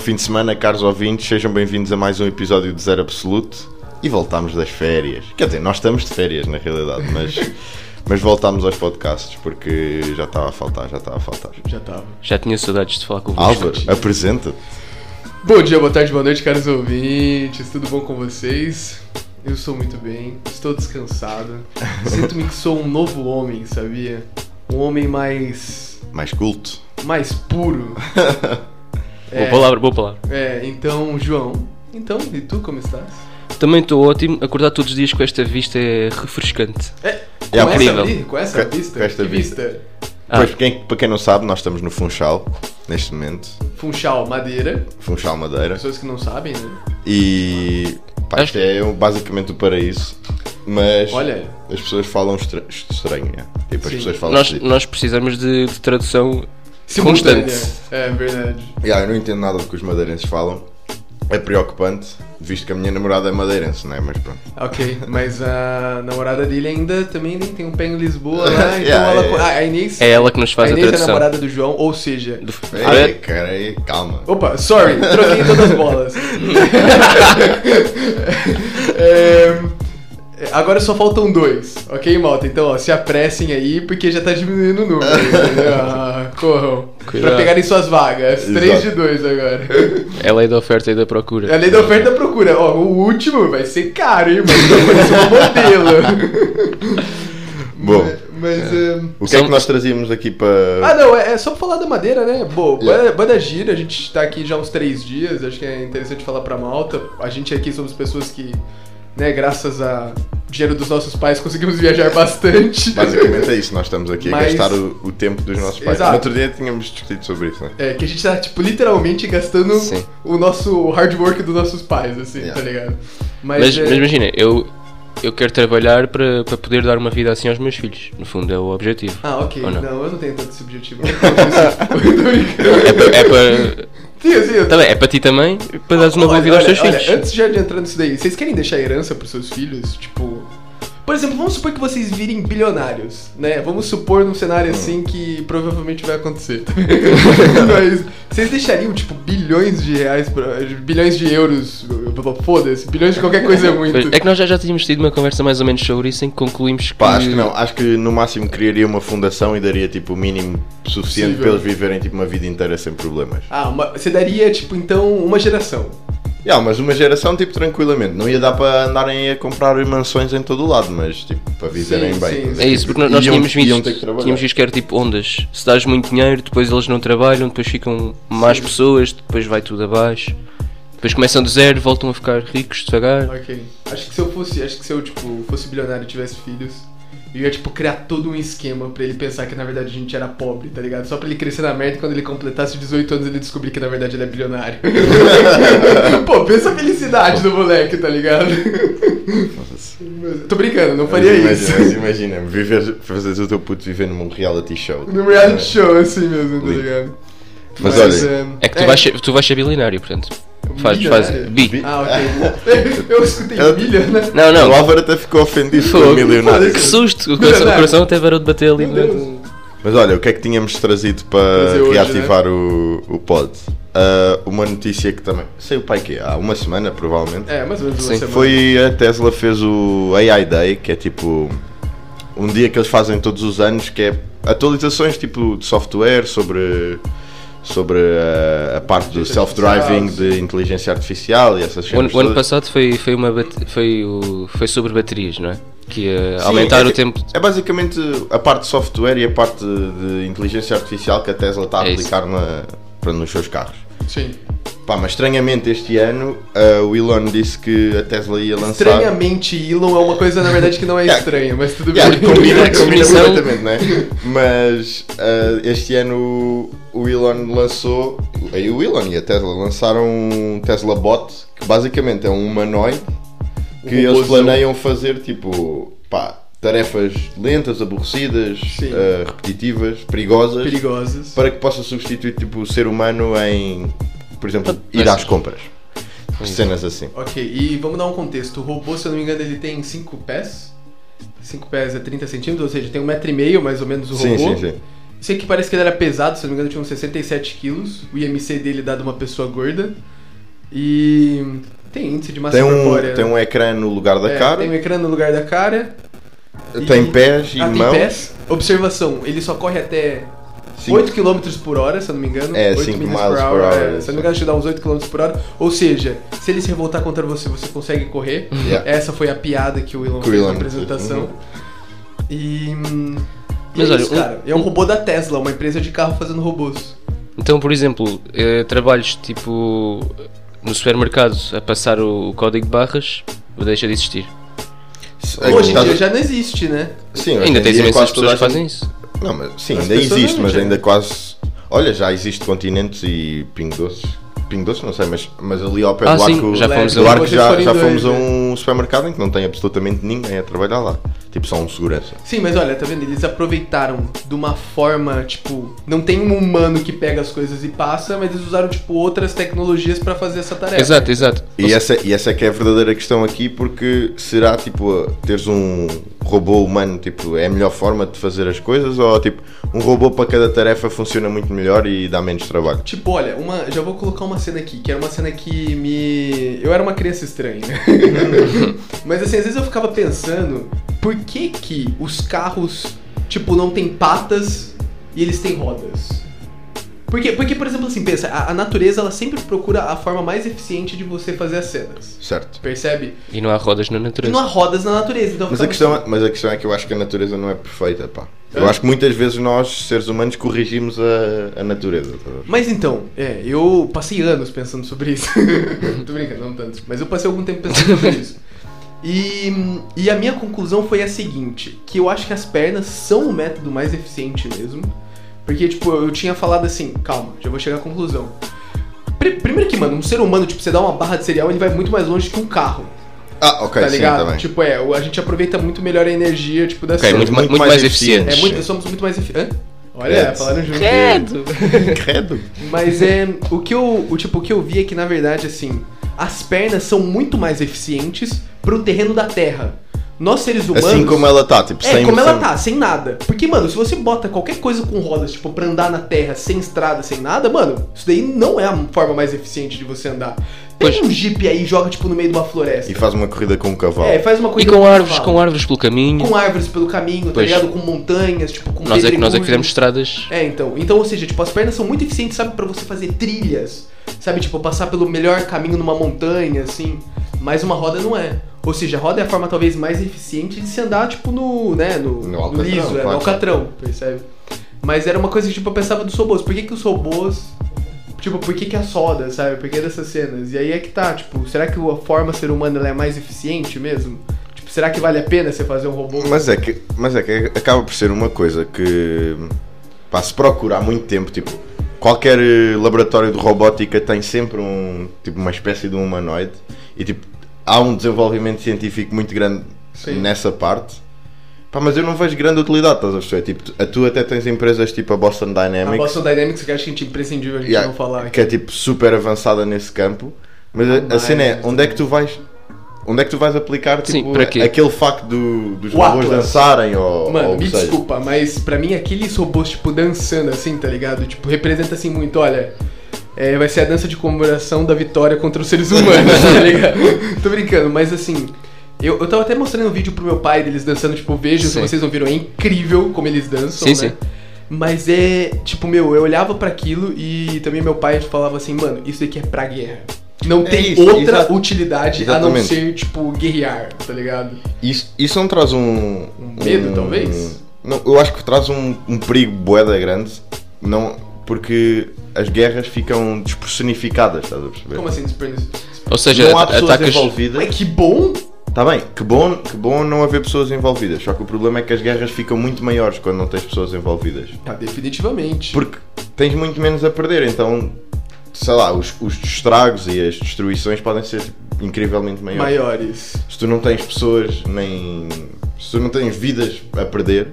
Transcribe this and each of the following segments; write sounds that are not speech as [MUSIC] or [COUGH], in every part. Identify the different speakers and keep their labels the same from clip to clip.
Speaker 1: fim de semana, caros ouvintes, sejam bem-vindos a mais um episódio de Zero Absoluto e voltámos das férias. Quer dizer, nós estamos de férias na realidade, mas, mas voltámos aos podcasts porque já estava a faltar, já estava a faltar.
Speaker 2: Já estava.
Speaker 3: Já tinha saudades de falar com vocês.
Speaker 1: Álvaro, apresenta-te.
Speaker 2: Bom dia, boa tarde, boa noite, caros ouvintes. Tudo bom com vocês? Eu sou muito bem, estou descansado. Sinto-me que sou um novo homem, sabia? Um homem mais.
Speaker 1: Mais culto.
Speaker 2: mais puro.
Speaker 3: Boa palavra, boa palavra.
Speaker 2: É, então, João. Então, e tu como estás?
Speaker 3: Também estou ótimo. Acordar todos os dias com esta vista é refrescante.
Speaker 2: É,
Speaker 1: É,
Speaker 2: com, essa,
Speaker 3: incrível.
Speaker 2: vi- com essa
Speaker 1: Com-
Speaker 2: vista?
Speaker 1: com esta
Speaker 2: que
Speaker 1: vista.
Speaker 2: vista?
Speaker 3: Ah.
Speaker 1: Pois, quem- para quem não sabe, nós estamos no Funchal neste momento.
Speaker 2: Funchal, madeira.
Speaker 1: Funchal Madeira.
Speaker 2: Pessoas que não sabem, né?
Speaker 1: E. Pá, isto é basicamente o paraíso. Mas.
Speaker 2: Olha.
Speaker 1: As pessoas falam estra- estranho, é. Tipo, as
Speaker 2: Sim.
Speaker 1: pessoas falam
Speaker 3: Nós,
Speaker 1: esquisito.
Speaker 3: nós precisamos de, de tradução.
Speaker 2: Simultânea.
Speaker 3: Constante.
Speaker 2: É, verdade.
Speaker 1: Yeah, eu não entendo nada do que os madeirenses falam. É preocupante, visto que a minha namorada é madeirense, não é? Mas pronto.
Speaker 2: Ok, mas a namorada dele ainda também nem tem um pé
Speaker 1: [LAUGHS]
Speaker 2: em Lisboa lá, então
Speaker 1: Yeah,
Speaker 2: ela.
Speaker 1: yeah, yeah.
Speaker 2: A Inês.
Speaker 3: É ela que nos faz
Speaker 2: a
Speaker 3: a
Speaker 2: Inês é a
Speaker 3: tradução.
Speaker 2: namorada do João, ou seja.
Speaker 3: Do- é,
Speaker 1: Ei, cara, ei, calma.
Speaker 2: [LAUGHS] Ah, é? Opa, sorry, troquei todas as
Speaker 3: [LAUGHS]
Speaker 2: bolas. É, agora só faltam dois, ok, malta? Então, ó, se apressem aí, porque já tá diminuindo o número.
Speaker 1: [LAUGHS]
Speaker 2: entendeu? Ah, corram. Pra
Speaker 3: Cuidado.
Speaker 2: pegarem suas vagas.
Speaker 1: Exato.
Speaker 2: Três de dois agora.
Speaker 1: [LAUGHS]
Speaker 3: É a lei da oferta e da procura.
Speaker 2: A lei é da oferta e procura. Ó, o último vai ser caro, hein, mano? Vai ser um modelo.
Speaker 1: [LAUGHS] Bom.
Speaker 2: Mas. ehm,
Speaker 1: O que é que nós trazíamos aqui para.
Speaker 2: Ah, não, é, é só pra falar da madeira, né? Bom,
Speaker 1: Yeah.
Speaker 2: banda, banda gira, a gente tá aqui já há uns três dias, acho que é interessante falar pra malta. A gente aqui somos pessoas que, né, graças a dinheiro dos nossos pais, conseguimos viajar bastante.
Speaker 1: Basicamente é isso, nós estamos aqui a
Speaker 2: Mas-
Speaker 1: gastar o, o tempo dos nossos pais.
Speaker 2: Exato.
Speaker 1: No outro dia tínhamos discutido sobre isso, né?
Speaker 2: É, que a gente tá, tipo, literalmente gastando
Speaker 3: Sim.
Speaker 2: o nosso hard work dos nossos pais, assim,
Speaker 1: Yeah.
Speaker 2: tá ligado?
Speaker 3: Mas,
Speaker 2: é-
Speaker 3: mas imagina, eu, eu quero trabalhar para, para poder dar uma vida assim aos meus filhos. No fundo, é o objetivo.
Speaker 2: Ah, ok.
Speaker 3: Ou
Speaker 2: Não.
Speaker 3: não?
Speaker 2: eu não tenho tanto esse objetivo. Eu não tenho esse- Tô brincando.
Speaker 3: É para. É para
Speaker 2: [LAUGHS] Sim, sim, eu-
Speaker 3: tá bem, é para ti também, para dares uma boa
Speaker 2: Olha,
Speaker 3: vida aos
Speaker 2: olha,
Speaker 3: teus
Speaker 2: olha,
Speaker 3: filhos.
Speaker 2: Antes já de entrar nisso daí, vocês querem deixar herança pros seus filhos? Tipo. Por exemplo, vamos supor que vocês virem bilionários, né? Vamos supor num cenário
Speaker 3: Hum.
Speaker 2: assim que provavelmente vai
Speaker 3: [LAUGHS]
Speaker 2: acontecer. Mas vocês deixariam, tipo, bilhões de reais, pra, bilhões de euros, foda-se, bilhões de qualquer coisa é
Speaker 3: Pois,
Speaker 2: muito.
Speaker 3: É que nós já, já tínhamos tido uma conversa mais ou menos sobre isso em que concluímos que.
Speaker 1: Pá, acho que não. Acho que no máximo criaria uma fundação e daria tipo o mínimo suficiente
Speaker 2: Possível.
Speaker 1: para eles viverem tipo uma vida inteira sem problemas.
Speaker 2: Ah, uma- você daria, tipo, então, uma geração.
Speaker 1: Yeah, mas uma geração, tipo, tranquilamente. Não ia dar para andarem a comprar mansões em todo o lado, mas, tipo, para viverem
Speaker 2: Sim,
Speaker 1: bem.
Speaker 2: sim,
Speaker 1: Mas,
Speaker 3: É isso,
Speaker 1: tipo,
Speaker 3: porque nós
Speaker 1: iam-
Speaker 3: tínhamos
Speaker 1: iam
Speaker 3: visto,
Speaker 1: ter que trabalhar.
Speaker 3: tínhamos visto que era tipo ondas. Se dás muito dinheiro, depois eles não trabalham, depois ficam mais
Speaker 2: Sim.
Speaker 3: pessoas, depois vai tudo abaixo. Depois começam do zero, voltam a ficar ricos devagar.
Speaker 2: Ok. Acho que se eu fosse, acho que se eu, tipo, fosse bilionário e tivesse filhos, eu ia, tipo, criar todo um esquema pra ele pensar que, na verdade, a gente era pobre, tá ligado? Só pra ele crescer na merda e quando ele completasse 18 anos ele descobrir que, na verdade, ele
Speaker 1: [LAUGHS]
Speaker 2: é bilionário. Pô, pensa a felicidade do moleque, tá ligado? Mas- Tô brincando, não faria
Speaker 1: Mas
Speaker 2: isso.
Speaker 1: imagina, mas imagina, viver, fazeres o teu puto viver num reality show.
Speaker 2: [LAUGHS] Num reality show, assim mesmo, tá
Speaker 1: Lindo.
Speaker 2: ligado?
Speaker 1: Mas olha,
Speaker 2: ehm,
Speaker 3: É que tu, Vais, ser, tu vais ser bilionário, portanto. Faz, faz.
Speaker 2: milionário?
Speaker 3: Bi.
Speaker 2: é, Ah,
Speaker 1: [LAUGHS]
Speaker 2: ok. eu escutei
Speaker 1: Eu-
Speaker 2: milha, né?
Speaker 3: Não,
Speaker 1: o
Speaker 3: não.
Speaker 1: Álvaro até ficou ofendido com
Speaker 3: Fogo.
Speaker 1: o milionário.
Speaker 3: Que susto! O coração, o coração até parou de bater ali. é?
Speaker 2: Meu
Speaker 3: dentro.
Speaker 2: Deus.
Speaker 1: Mas olha, o que é que tínhamos trazido para
Speaker 2: Trazer hoje, né?
Speaker 1: reativar o, o pod? Ah, uma notícia que também saiu para aqui há uma semana, provavelmente.
Speaker 2: É, mais ou menos uma
Speaker 3: Sim,
Speaker 2: semana.
Speaker 1: Foi a Tesla fez o AI Day, que é tipo um dia que eles fazem todos os anos, que é atualizações tipo de software sobre sobre ah, a, a parte do
Speaker 2: Inteligência
Speaker 1: self-driving
Speaker 2: artificial.
Speaker 1: de inteligência artificial e essas
Speaker 3: O ano,
Speaker 1: coisas.
Speaker 3: o ano passado foi, foi, uma bate- foi, o- foi sobre baterias, não é? Que ia
Speaker 1: Sim,
Speaker 3: aumentar
Speaker 1: é-
Speaker 3: o tempo.
Speaker 1: É basicamente a parte de software e a parte de inteligência artificial que a Tesla está a
Speaker 3: É isso.
Speaker 1: aplicar na, para nos seus carros.
Speaker 2: Sim.
Speaker 1: Pá, mas estranhamente este ano ah, o Elon disse que a Tesla ia lançar.
Speaker 2: Estranhamente, Elon é uma coisa, na verdade, que não é
Speaker 1: [LAUGHS] Yeah.
Speaker 2: estranha, mas tudo bem.
Speaker 1: Yeah, É, [LAUGHS]
Speaker 2: [LAUGHS]
Speaker 1: combina, combina
Speaker 3: Definição.
Speaker 1: completamente, né? Mas ah, este ano o Elon lançou, aí o Elon e a Tesla lançaram um Tesla Bot, que basicamente é um humanoide que
Speaker 2: Um
Speaker 1: eles
Speaker 2: robôzão.
Speaker 1: planeiam fazer tipo, pá, tarefas lentas, aborrecidas,
Speaker 2: Sim.
Speaker 1: ah, repetitivas, perigosas,
Speaker 2: Perigosas.
Speaker 1: para que possa substituir tipo o ser humano em, por exemplo, ir às compras. Cenas assim.
Speaker 2: Ok, e vamos dar um contexto. O robô, se eu não me engano, ele tem 5 pés. 5 pés é 30 centímetros, ou seja, tem um metro e meio mais ou menos o robô.
Speaker 1: Sim, sim, sim.
Speaker 2: Sei que parece que ele era pesado, se não me engano, tinha uns 67 quilos. O IMC dele dá de uma pessoa gorda. E tem índice de massa
Speaker 1: Tem
Speaker 2: corpórea.
Speaker 1: um,
Speaker 2: né?
Speaker 1: tem um ecrã no lugar da
Speaker 2: É,
Speaker 1: cara,
Speaker 2: Tem um ecrã no lugar da cara.
Speaker 1: tem,
Speaker 2: e-
Speaker 1: pés e
Speaker 2: ah, tem
Speaker 1: mãos.
Speaker 2: pés. Observação, ele só corre até
Speaker 1: Sim.
Speaker 2: 8 km por hora, se eu não me engano.
Speaker 1: É,
Speaker 2: 8
Speaker 1: cinco
Speaker 2: milhas
Speaker 1: miles por hora,
Speaker 2: é.
Speaker 1: é,
Speaker 2: Se eu
Speaker 1: sim.
Speaker 2: não me engano, te dá uns 8 km por hora. Ou seja, se ele se revoltar contra você, você consegue correr.
Speaker 1: Yeah.
Speaker 2: Essa foi a piada que o Elon
Speaker 1: Que o
Speaker 2: fez na
Speaker 1: Elon fez,
Speaker 2: apresentação.
Speaker 1: uhum.
Speaker 2: E. hum, e
Speaker 3: Mas
Speaker 2: é
Speaker 3: olha,
Speaker 2: isso,
Speaker 3: um-
Speaker 2: cara. É um robô da Tesla, uma empresa de carro fazendo robôs.
Speaker 3: Então, por exemplo, eh, trabalhos tipo no supermercado a passar o, o código de barras, deixa de existir.
Speaker 1: Aqui
Speaker 2: Hoje em
Speaker 1: tá-
Speaker 2: dia já não existe, né?
Speaker 1: Sim, hoje
Speaker 3: Ainda
Speaker 1: em
Speaker 3: tens
Speaker 1: dia
Speaker 3: imensas
Speaker 1: quase toda
Speaker 3: pessoas
Speaker 1: a
Speaker 3: que fazem
Speaker 1: gente-
Speaker 3: isso.
Speaker 1: Não, mas sim,
Speaker 2: As
Speaker 1: ainda
Speaker 2: pessoas
Speaker 1: existe,
Speaker 2: não
Speaker 1: mas
Speaker 2: chegam.
Speaker 1: ainda quase. Olha, já existe continentes e Pingo Doce. Pingo Doce, não sei, mas, mas ali ao pé
Speaker 3: Ah,
Speaker 1: do
Speaker 3: sim,
Speaker 1: arco.
Speaker 3: já fomos
Speaker 1: do
Speaker 3: a-
Speaker 1: arco
Speaker 2: Vocês
Speaker 1: já,
Speaker 2: forem
Speaker 1: já
Speaker 2: dois,
Speaker 1: fomos a
Speaker 2: né?
Speaker 1: um supermercado em que não tem absolutamente ninguém a trabalhar lá. Tipo, só um segurança.
Speaker 2: Sim, mas olha, tá vendo? Eles aproveitaram de uma forma, tipo, não tem um humano que pega as coisas e passa, mas eles usaram, tipo, outras tecnologias pra fazer essa tarefa.
Speaker 3: Exato, exato.
Speaker 1: E essa, e essa é que é a verdadeira questão aqui, porque será tipo teres um robô humano tipo, é a melhor forma de fazer as coisas ou tipo um robô para cada tarefa funciona muito melhor e dá menos trabalho?
Speaker 2: Tipo, olha, uma, já vou colocar uma cena aqui, que era uma cena que me. Eu era uma criança estranha. Mas assim, às vezes eu ficava pensando por que que os carros, tipo, não tem patas e eles têm rodas? Porque, porque por exemplo, assim, pensa, a, a natureza ela sempre procura a forma mais eficiente de você fazer as cenas.
Speaker 1: Certo.
Speaker 2: Percebe?
Speaker 3: E não há rodas na
Speaker 2: E não
Speaker 3: natureza.
Speaker 2: há rodas na natureza, então
Speaker 1: Mas
Speaker 2: fica
Speaker 1: a,
Speaker 2: muito-
Speaker 1: questão é, mas a questão é que eu acho que a natureza não é perfeita, pá. Eu
Speaker 2: É.
Speaker 1: acho que muitas vezes nós, seres humanos, corrigimos a, a natureza. tá a ver?
Speaker 2: Mas então, é, eu passei anos pensando sobre
Speaker 1: [LAUGHS]
Speaker 2: isso. Tô brincando, não tanto. Mas eu passei algum tempo pensando sobre isso. E, e a minha conclusão foi a seguinte, que eu acho que as pernas são o método mais eficiente mesmo. Porque, tipo, eu tinha falado assim, calma, já vou chegar à conclusão. Pri- primeiro que, mano, um ser humano, tipo, você dá uma barra de cereal, ele vai muito mais longe que um carro,
Speaker 1: Ah, ok,
Speaker 2: tá
Speaker 1: sim,
Speaker 2: ligado?
Speaker 1: também.
Speaker 2: tipo, é, o- a gente aproveita muito melhor a energia, tipo, da
Speaker 3: Ok,
Speaker 2: cena.
Speaker 3: muito, ma- muito mais, eficiente.
Speaker 2: É muito, somos muito mais eficientes. Olha,
Speaker 1: Credo.
Speaker 2: falaram junto.
Speaker 1: Credo.
Speaker 2: Mas é. O que eu. O, tipo, o que eu vi é que, na verdade, assim, as pernas são muito mais eficientes pro terreno da Terra. Nós seres humanos.
Speaker 1: Assim como ela está, tipo,
Speaker 2: É,
Speaker 1: sem...
Speaker 2: como ela
Speaker 1: sem-
Speaker 2: tá, sem nada. Porque, mano, se você bota qualquer coisa com rodas, tipo, pra andar na terra, sem estrada, sem nada, mano, isso daí não é a forma mais eficiente de você andar. Pega um jeep aí e joga, tipo, no meio de uma floresta.
Speaker 1: E faz uma corrida com um cavalo.
Speaker 2: É, faz uma
Speaker 3: E
Speaker 2: coisa
Speaker 3: com
Speaker 2: que eu
Speaker 3: árvores,
Speaker 2: falo.
Speaker 3: com árvores pelo caminho.
Speaker 2: Com árvores pelo caminho,
Speaker 3: Pois.
Speaker 2: tá ligado? Com montanhas, tipo, com
Speaker 3: Nós é, que, nós é que
Speaker 2: pedregulhos.
Speaker 3: fizemos estradas.
Speaker 2: É, então. Então, ou seja, tipo, as pernas são muito eficientes, sabe, pra você fazer trilhas. Sabe, tipo, passar pelo melhor caminho numa montanha, assim. Mas uma roda não é. Ou seja, a roda é a forma talvez mais eficiente de se andar, tipo, no, né, no,
Speaker 1: No
Speaker 2: no
Speaker 1: alcatrão,
Speaker 2: liso, é, no
Speaker 1: claro.
Speaker 2: alcatrão, percebe? Mas era uma coisa que, tipo, eu pensava dos robôs. Por que que os robôs... Tipo, por que que as rodas, sabe? Por que dessas cenas? E aí é que tá, tipo, será que a forma ser humano ela é mais eficiente mesmo? Tipo, será que vale a pena você fazer um robô?
Speaker 1: Mas é que, mas é que acaba por ser uma coisa que pá, se procura há muito tempo, tipo, qualquer eh, laboratório de robótica tem sempre um, tipo, uma espécie de um humanoide e tipo, há um desenvolvimento científico muito grande
Speaker 2: Sim.
Speaker 1: nessa parte. Pá, mas eu não vejo grande utilidade, estás a perceber? Tipo, a tu até tens empresas tipo a Boston
Speaker 2: A
Speaker 1: Dynamics,
Speaker 2: Boston Dynamics, que eu acho que a gente é imprescindível a gente
Speaker 1: yeah,
Speaker 2: não falar aqui.
Speaker 1: que é tipo super avançada nesse campo, mas a- a,
Speaker 2: Ah,
Speaker 1: cena é
Speaker 2: mas-
Speaker 1: onde é que tu vais? Onde é que tu vais aplicar tipo,
Speaker 3: Sim, para quê?
Speaker 1: aquele facto do- dos
Speaker 2: O
Speaker 1: robôs
Speaker 2: Atlas.
Speaker 1: dançarem ou, ou
Speaker 2: Mano,
Speaker 1: o que
Speaker 2: me
Speaker 1: seja?
Speaker 2: desculpa, mas pra mim aqueles robôs, tipo, dançando assim, tá ligado? Tipo, representa assim muito, olha. é, vai ser a dança de comemoração da vitória contra os seres humanos, tá ligado?
Speaker 3: [LAUGHS]
Speaker 2: Tô brincando, mas assim. Eu, eu tava até mostrando um vídeo pro meu pai deles dançando, tipo, vejam se
Speaker 3: Sim.
Speaker 2: vocês não viram, é incrível como eles dançam,
Speaker 3: Sim,
Speaker 2: né?
Speaker 3: sim.
Speaker 2: Mas é, tipo, meu, eu olhava pra aquilo e também meu pai falava assim, mano, isso daqui é pra guerra. Não
Speaker 1: É
Speaker 2: tem
Speaker 1: isso,
Speaker 2: outra
Speaker 1: exa-
Speaker 2: utilidade a não
Speaker 1: exatamente.
Speaker 2: ser, tipo, guerrear, tá ligado?
Speaker 1: Isso, isso não traz um.
Speaker 2: medo, talvez?
Speaker 1: Não, eu acho que traz um, um perigo boeda grande, não, porque as guerras ficam despersonificadas, estás a perceber?
Speaker 2: Como assim, desperdiço?
Speaker 3: Ou seja,
Speaker 1: não há
Speaker 3: ata-
Speaker 1: pessoas
Speaker 3: atacas.
Speaker 1: envolvidas.
Speaker 2: Ué, que bom!
Speaker 1: Está bem, que bom, que bom não haver pessoas envolvidas. Só que o problema é que as guerras ficam muito maiores quando não tens pessoas envolvidas.
Speaker 2: Ah, definitivamente.
Speaker 1: Porque tens muito menos a perder, então, sei lá, os, os estragos e as destruições podem ser tipo, incrivelmente maiores.
Speaker 2: maiores.
Speaker 1: se tu não tens pessoas nem se tu não tens vidas a perder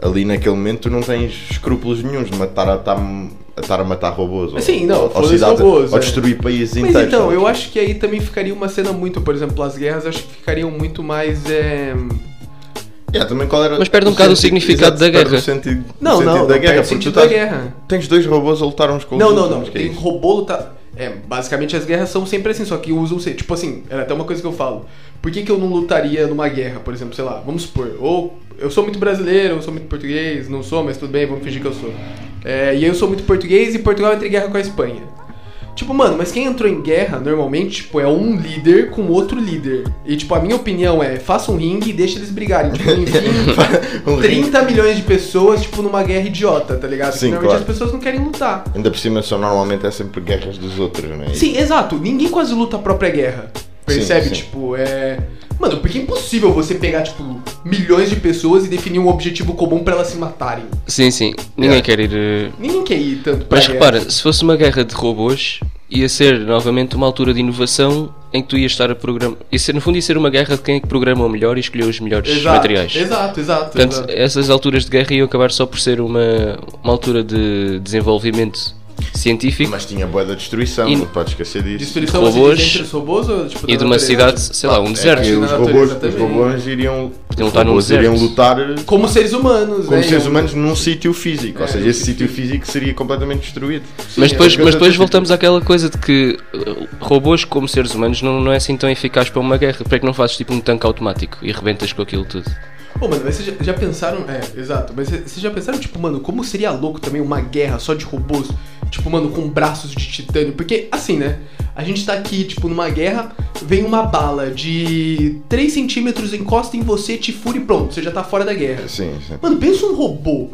Speaker 1: ali naquele momento tu não tens escrúpulos nenhums de matar a estar a, estar a matar robôs
Speaker 2: Sim, não, foda-se
Speaker 1: cidades-
Speaker 2: robôs,
Speaker 1: ou
Speaker 2: é.
Speaker 1: destruir países
Speaker 2: Mas
Speaker 1: inteiros
Speaker 2: então,
Speaker 1: sabes?
Speaker 2: eu acho que aí eh, também ficaria uma cena muito, por exemplo, as guerras, eu acho que ficariam muito mais é,
Speaker 1: Yeah, também qual era
Speaker 3: Mas perde um bocado o
Speaker 1: sentido-
Speaker 3: significado
Speaker 1: exato,
Speaker 3: da
Speaker 1: perde
Speaker 3: guerra.
Speaker 1: O sentido, o
Speaker 2: Não,
Speaker 1: sentido
Speaker 2: não,
Speaker 1: da
Speaker 2: não
Speaker 1: guerra,
Speaker 2: perde
Speaker 1: porque tu
Speaker 2: o
Speaker 1: tá
Speaker 2: sentido
Speaker 1: estás,
Speaker 2: da guerra.
Speaker 1: tens dois robôs a lutar uns com os
Speaker 2: Não,
Speaker 1: outros.
Speaker 2: não, não.
Speaker 1: mas que é
Speaker 2: Tem
Speaker 1: isso?
Speaker 2: robô lutar. É, basicamente as guerras são sempre assim, só que usam. se- Tipo assim, era até uma coisa que eu falo. Por que, que eu não lutaria numa guerra, por exemplo, sei lá, vamos supor, ou eu sou muito brasileiro, eu sou muito português, não sou, mas tudo bem, vamos fingir que eu sou. É, e eu sou muito português e Portugal entra em guerra com a Espanha. Tipo, mano, mas quem entrou em guerra normalmente, tipo, é um líder com outro líder. E, tipo, a minha opinião é, faça um ringue e deixa eles brigarem.
Speaker 1: [LAUGHS]
Speaker 2: Tipo, enfim,
Speaker 1: Um ringue.
Speaker 2: 30 milhões de pessoas, tipo, numa guerra idiota, tá ligado?
Speaker 1: Sim,
Speaker 2: Porque normalmente
Speaker 1: claro.
Speaker 2: as pessoas não querem lutar.
Speaker 1: Ainda por cima são normalmente é sempre guerras dos outros, não é?
Speaker 2: Sim, exato. Ninguém quase luta a própria guerra. Percebe?
Speaker 1: sim.
Speaker 2: Tipo, é. Mano, porque é impossível você pegar, tipo, milhões de pessoas e definir um objetivo comum pra elas se matarem.
Speaker 3: Sim, sim. Ninguém quer ir. eh,
Speaker 2: Ninguém quer ir tanto pra
Speaker 3: Mas
Speaker 2: guerra.
Speaker 3: repara, se fosse uma guerra de robôs, ia ser novamente uma altura de inovação em que tu ias estar a programar. Ia ser, no fundo, ia ser uma guerra de quem é que programa o melhor e escolheu os melhores
Speaker 2: exato,
Speaker 3: materiais.
Speaker 2: Exato, exato.
Speaker 3: Portanto,
Speaker 2: exato.
Speaker 3: essas alturas de guerra iam acabar só por ser uma, uma altura de desenvolvimento científico
Speaker 1: Mas tinha boa da destruição,
Speaker 3: E-
Speaker 1: não podes esquecer disso. É
Speaker 2: Destruição
Speaker 3: robôs
Speaker 2: você diz entre os robôs ou, tipo,
Speaker 3: e
Speaker 2: da
Speaker 3: de uma
Speaker 2: natureza?
Speaker 3: cidade, sei lá, um deserto.
Speaker 1: E os
Speaker 2: Na
Speaker 1: robôs,
Speaker 2: natureza
Speaker 1: os
Speaker 2: também.
Speaker 1: robôs iriam, os
Speaker 3: Iam lutar num
Speaker 1: robôs iriam
Speaker 3: deserto.
Speaker 1: lutar
Speaker 2: Como seres humanos,
Speaker 1: como
Speaker 2: né?
Speaker 1: seres
Speaker 2: Eu-
Speaker 1: humanos num sítio físico.
Speaker 2: É,
Speaker 1: ou seja,
Speaker 2: eu-
Speaker 1: esse sítio físico seria completamente destruído.
Speaker 3: Mas
Speaker 2: Sim, um
Speaker 3: depois,
Speaker 1: é uma
Speaker 3: mas
Speaker 1: coisa
Speaker 3: depois
Speaker 1: do
Speaker 3: voltamos àquela coisa de que uh, robôs como seres humanos não, não é assim tão eficaz para uma guerra. Para que não fazes tipo um tanque automático e rebentas com aquilo tudo?
Speaker 2: Pô, mano, mas vocês já, já pensaram. É, exato. Mas vocês já pensaram, tipo, mano, como seria louco também uma guerra só de robôs? Tipo, mano, com braços de titânio? Porque, assim, né? A gente tá aqui, tipo, numa guerra, vem uma bala de 3 centímetros, encosta em você, te fura e pronto, você já tá fora da guerra.
Speaker 1: Sim, sim.
Speaker 2: Mano, pensa um robô.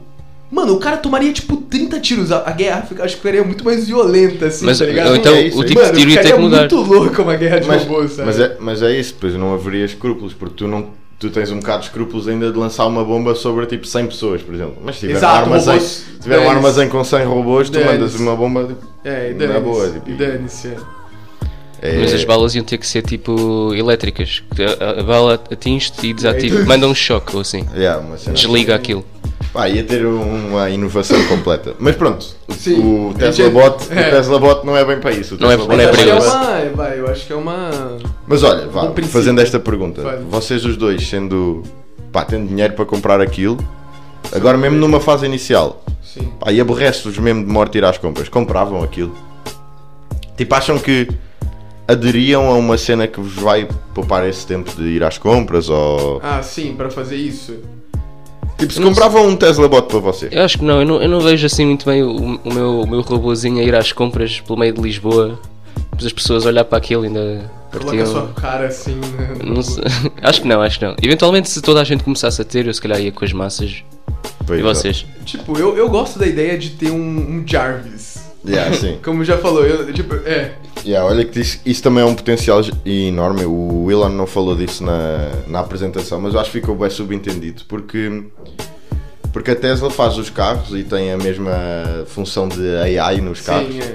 Speaker 2: Mano, o cara tomaria, tipo, 30 tiros. A, a guerra fica- acho que ficaria muito mais violenta, assim,
Speaker 3: Mas,
Speaker 2: tá ligado?
Speaker 3: ou então,
Speaker 1: É isso,
Speaker 3: o
Speaker 1: é
Speaker 3: tipo de
Speaker 2: Mano,
Speaker 3: tiro ia ter
Speaker 2: ficaria
Speaker 3: que mudar.
Speaker 2: muito louco uma guerra de robôs, sabe?
Speaker 1: mas é, mas é isso, pois não haveria escrúpulos, porque tu não tu tens um bocado de escrúpulos ainda de lançar uma bomba sobre tipo 100 pessoas, por exemplo. Mas se tiver
Speaker 2: Exato,
Speaker 1: um armazém,
Speaker 2: robôs,
Speaker 1: se tiver um
Speaker 2: dane-se.
Speaker 1: armazém com 100 robôs, tu
Speaker 2: Dane-se.
Speaker 1: mandas uma bomba tipo,
Speaker 2: É, e
Speaker 1: não é boa.
Speaker 2: dane-se.
Speaker 1: tipo,
Speaker 2: e dane-se. é.
Speaker 1: é-
Speaker 3: Mas as balas iam ter que ser tipo elétricas. que A, a bala atinge-te e desativa,
Speaker 2: É.
Speaker 3: manda um choque ou assim.
Speaker 1: yeah, uma cena.
Speaker 3: Desliga aquilo.
Speaker 1: Pá, ia ter uma inovação completa. Mas pronto, o-
Speaker 2: Sim.
Speaker 1: o Tesla
Speaker 2: Gente,
Speaker 1: Bot,
Speaker 2: é.
Speaker 1: o Tesla Bot não é bem para isso. o
Speaker 3: Não é-
Speaker 1: Tesla
Speaker 3: não é
Speaker 1: Bot
Speaker 2: Mas
Speaker 3: pra
Speaker 2: eu
Speaker 1: bem
Speaker 2: acho
Speaker 3: eles.
Speaker 2: que é uma. Vai, eu acho que é uma.
Speaker 1: Mas olha, vá,
Speaker 2: Um princípio.
Speaker 1: fazendo esta pergunta,
Speaker 2: Faz.
Speaker 1: vocês os dois sendo pá, tendo dinheiro para comprar aquilo, agora mesmo numa fase inicial,
Speaker 2: Sim.
Speaker 1: Pá, e aborrece-os mesmo de morte ir às compras. Compravam aquilo. Tipo, acham que aderiam a uma cena que vos vai poupar esse tempo de ir às compras ou.
Speaker 2: Ah, sim, pra fazer isso?
Speaker 1: Tipo, se compravam um Tesla Bot para você.
Speaker 3: Eu acho que não, eu não, eu não vejo assim muito bem o, o meu, o meu robozinho a ir às compras pelo meio de Lisboa. Depois as pessoas olhar para aquilo e ainda
Speaker 2: Coloca a
Speaker 3: partiam.
Speaker 2: sua cara assim. né?
Speaker 3: Não sei. [LAUGHS] acho que não, acho que não. Eventualmente, se toda a gente começasse a ter, eu se calhar ia com as massas.
Speaker 1: Pois
Speaker 3: E
Speaker 1: é.
Speaker 3: vocês?
Speaker 2: Tipo, eu, eu gosto da ideia de ter um, um Jarvis.
Speaker 1: Yeah, sim.
Speaker 2: [LAUGHS] Como já falou, eu, tipo, é.
Speaker 1: Yeah, olha que isso, isso também é um potencial ge- enorme. O Elon não falou disso na, na apresentação, mas eu acho que ficou bem subentendido porque, porque a Tesla faz os carros e tem a mesma função de AI nos carros.
Speaker 2: Sim, é.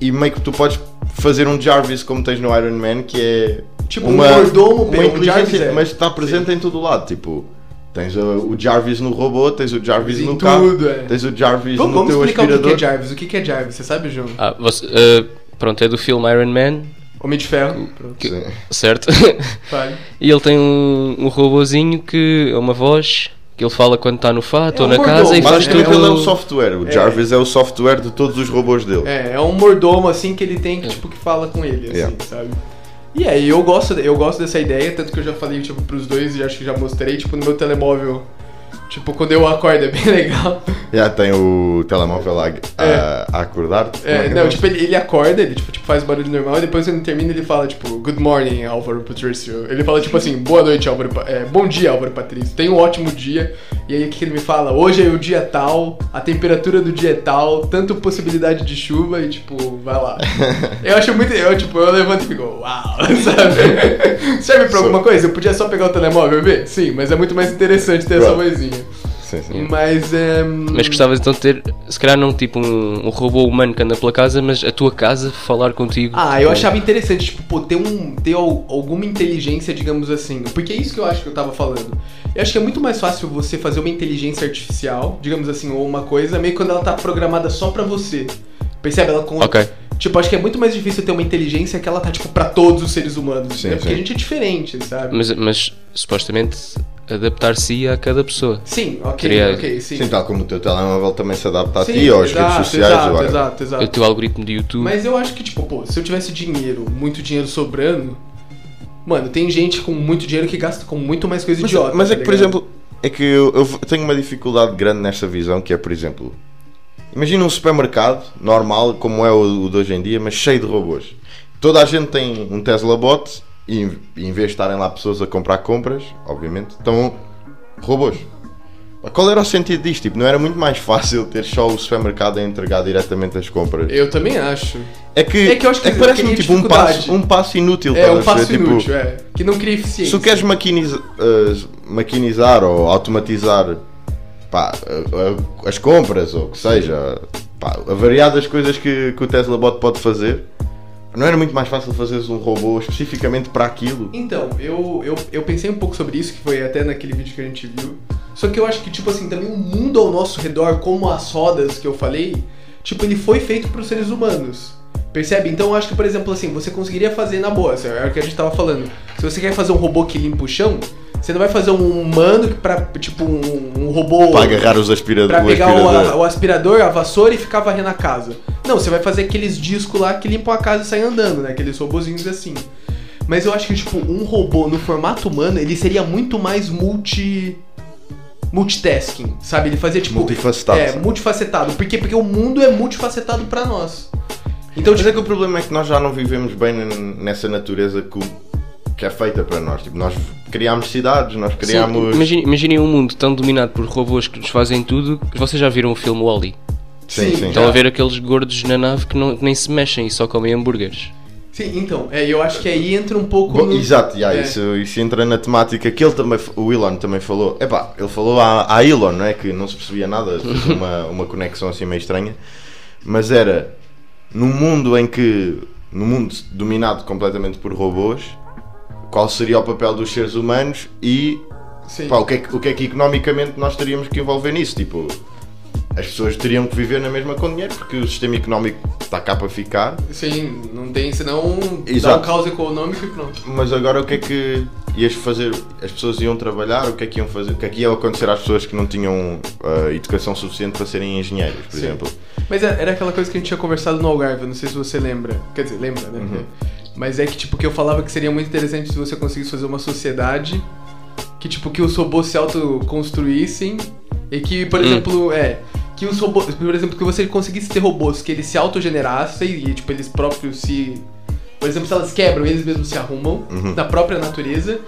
Speaker 1: e meio que tu podes fazer um Jarvis como tens no Iron Man, que é
Speaker 2: Tipo um mordomo,
Speaker 1: uma
Speaker 2: pera, um
Speaker 1: inteligência,
Speaker 2: Jarvis é.
Speaker 1: mas está presente em todo lado, tipo. Tens o o Jarvis no robô, tens o Jarvis
Speaker 2: Em
Speaker 1: no
Speaker 2: tudo,
Speaker 1: carro,
Speaker 2: é.
Speaker 1: tens o Jarvis
Speaker 2: Vamos,
Speaker 1: no
Speaker 2: vamos
Speaker 1: teu
Speaker 2: explicar o que que
Speaker 1: aspirador.
Speaker 2: é Jarvis. O que que é Jarvis? Você sabe, João?
Speaker 3: Ah, você, ah, pronto, é do filme Iron Man,
Speaker 2: Homem de Ferro. Pronto,
Speaker 3: que-
Speaker 1: Sim.
Speaker 3: certo? [LAUGHS]
Speaker 2: fale.
Speaker 3: e ele tem um, um robozinho que é uma voz que ele fala quando está no fato
Speaker 2: É
Speaker 3: ou
Speaker 2: um
Speaker 3: na
Speaker 2: mordomo,
Speaker 3: casa e faz tipo
Speaker 1: Basicamente
Speaker 3: tudo.
Speaker 1: ele é um software, o Jarvis é o software de todos os robôs dele.
Speaker 2: É, é um mordomo assim que ele tem, que,
Speaker 3: É.
Speaker 2: tipo, que fala com ele, assim,
Speaker 1: Yeah.
Speaker 2: sabe? E aí, eu gosto, eu gosto dessa ideia, tanto que eu já falei, tipo, pros dois e acho que já mostrei, tipo, no meu telemóvel. Tipo, quando eu acordo é bem [LAUGHS] legal.
Speaker 1: Já tem o telemóvel a, a- a acordar.
Speaker 2: É, não, tipo, ele, ele acorda, ele tipo, tipo, faz barulho normal e depois quando termina ele fala, tipo, good morning, Álvaro Patrício. Ele fala, tipo assim, boa noite, Álvaro Pa- é, Bom dia, Álvaro Patrício. Tenha um ótimo dia. E aí o que que ele me fala? Hoje é o dia tal, a temperatura do dia é tal, tanto possibilidade de chuva e, tipo, vai lá. eu acho muito. Eu, tipo, eu levanto e fico, uau, [LAUGHS] sabe? Serve pra alguma coisa? Eu podia só pegar o telemóvel e ver? Sim, mas é muito mais interessante ter essa
Speaker 1: Claro.
Speaker 2: vozinha.
Speaker 1: Sim, sim.
Speaker 2: Mas. É,
Speaker 3: Mas gostavas então de ter, se calhar não tipo um, um robô humano que anda pela casa, mas a tua casa falar contigo.
Speaker 2: Ah, eu achava interessante, tipo, pô, ter, um, ter al- alguma inteligência, digamos assim. Porque é isso que eu acho que eu tava falando. Eu acho que é muito mais fácil você fazer uma inteligência artificial, digamos assim, ou uma coisa, meio quando ela tá programada só pra você. Percebe? Ela com.
Speaker 3: Ok.
Speaker 2: Tipo, acho que é muito mais difícil ter uma inteligência que ela tá, tipo, pra todos os seres humanos.
Speaker 1: Sim,
Speaker 2: né? Porque
Speaker 1: sim.
Speaker 2: a gente é diferente, sabe?
Speaker 3: Mas, mas supostamente adaptar-se a cada pessoa.
Speaker 2: Sim, ok,
Speaker 3: Criar-
Speaker 2: ok, sim.
Speaker 1: Sim, tá, tal como o teu telemóvel também se adapta a
Speaker 2: Sim,
Speaker 1: ti, aos
Speaker 2: exato,
Speaker 1: redes sociais.
Speaker 2: Exato,
Speaker 1: agora.
Speaker 2: exato, exato.
Speaker 3: O teu algoritmo de YouTube.
Speaker 2: Mas eu acho que, tipo, pô, se eu tivesse dinheiro, muito dinheiro sobrando. Mano, tem gente com muito dinheiro que gasta com muito mais coisa
Speaker 1: Mas,
Speaker 2: idiota.
Speaker 1: mas é
Speaker 2: tá
Speaker 1: que, por
Speaker 2: ligado?
Speaker 1: exemplo, é que eu, eu tenho uma dificuldade grande nesta visão, que é, por exemplo, imagina um supermercado normal, como é o, o de hoje em dia, mas cheio de robôs. Toda a gente tem um Tesla Bot e em e em vez de estarem lá pessoas a comprar compras, obviamente, estão robôs. Mas Qual era o sentido disto? Tipo, não era muito mais fácil ter só o supermercado a entregar diretamente as compras?
Speaker 2: Eu também acho.
Speaker 1: É que,
Speaker 2: É que eu acho que
Speaker 1: é parece-me
Speaker 2: cria
Speaker 1: tipo um
Speaker 2: dificuldade.
Speaker 1: passo, um passo inútil.
Speaker 2: É
Speaker 1: estás
Speaker 2: um
Speaker 1: a perceber?
Speaker 2: passo
Speaker 1: Tipo,
Speaker 2: inútil, é. Que não cria eficiência.
Speaker 1: se tu queres maquiniza- as- maquinizar ou automatizar pá, a- a- as compras ou o que seja, pá, a variadas coisas que, que o Tesla Bot pode fazer, não era muito mais fácil fazeres um robô especificamente para aquilo?
Speaker 2: Então, eu, eu, eu pensei um pouco sobre isso, que foi até naquele vídeo que a gente viu. Só que eu acho que, tipo assim, também o mundo ao nosso redor, como as rodas que eu falei, tipo, ele foi feito para os seres humanos. Percebe? Então eu acho que, por exemplo, assim, você conseguiria fazer na boa, assim, é o que a gente tava falando. Se você quer fazer um robô que limpa o chão, você não vai fazer um humano que pra, tipo, um, um robô.
Speaker 1: Para agarrar os
Speaker 2: Pra
Speaker 1: aspiradores.
Speaker 2: pegar o, a- o aspirador, a vassoura e ficar varrendo a casa. Não, você vai fazer aqueles discos lá que limpam a casa e saem andando, né? Aqueles robozinhos assim. Mas eu acho que, tipo, um robô no formato humano, ele seria muito mais multi. multitasking, sabe? Ele fazia, tipo.
Speaker 1: Multifacetado.
Speaker 2: É, multifacetado. Por quê? Porque o mundo é multifacetado pra nós. Então,
Speaker 1: Mas
Speaker 2: tipo,
Speaker 1: é que o problema é que nós já não vivemos bem n- nessa natureza que, o- que é feita para nós. Tipo, nós criámos cidades, nós
Speaker 3: Sim,
Speaker 1: criámos.
Speaker 3: imagine- Imaginem um mundo tão dominado por robôs que nos fazem tudo. Vocês já viram o filme Wally?
Speaker 1: Sim,
Speaker 2: Sim,
Speaker 1: sim.
Speaker 3: Estão a ver aqueles gordos na nave que, não- que nem se mexem e só comem hambúrgueres.
Speaker 2: sim, então, é, eu acho que aí entra um pouco.
Speaker 1: Bom,
Speaker 2: no-
Speaker 1: exato, yeah,
Speaker 2: É.
Speaker 1: isso, isso entra na temática que ele também, f- o Elon também falou. Epá, ele falou à, à Elon, não é? Que não se percebia nada, fez uma, uma conexão assim meio estranha. Mas era num mundo em que, num mundo dominado completamente por robôs, qual seria o papel dos seres humanos e
Speaker 2: Sim.
Speaker 1: pá, o, que é que, o que é que economicamente nós teríamos que envolver nisso? Tipo, as pessoas teriam que viver na mesma com dinheiro porque o sistema económico está cá para ficar.
Speaker 2: Sim, não tem, senão dá um
Speaker 1: Exato.
Speaker 2: caos econômico e pronto.
Speaker 1: Mas agora o que é que ias fazer? As pessoas iam trabalhar? O que é que iam fazer? O que é que ia acontecer às pessoas que não tinham ah, educação suficiente para serem engenheiros, por
Speaker 2: Sim.
Speaker 1: exemplo?
Speaker 2: Mas é- era aquela coisa que a gente tinha conversado no Algarve, eu não sei se você lembra. Quer dizer, lembra, né? Mas é que, tipo, que eu falava que seria muito interessante se você conseguisse fazer uma sociedade que, tipo, que os robôs se autoconstruíssem e que, por
Speaker 3: Hum.
Speaker 2: exemplo, é... Que os robôs... Por exemplo, que você conseguisse ter robôs que eles se autogenerassem e, tipo, eles próprios se... Por exemplo, se elas quebram, eles mesmos se arrumam
Speaker 1: Uhum.
Speaker 2: da própria natureza.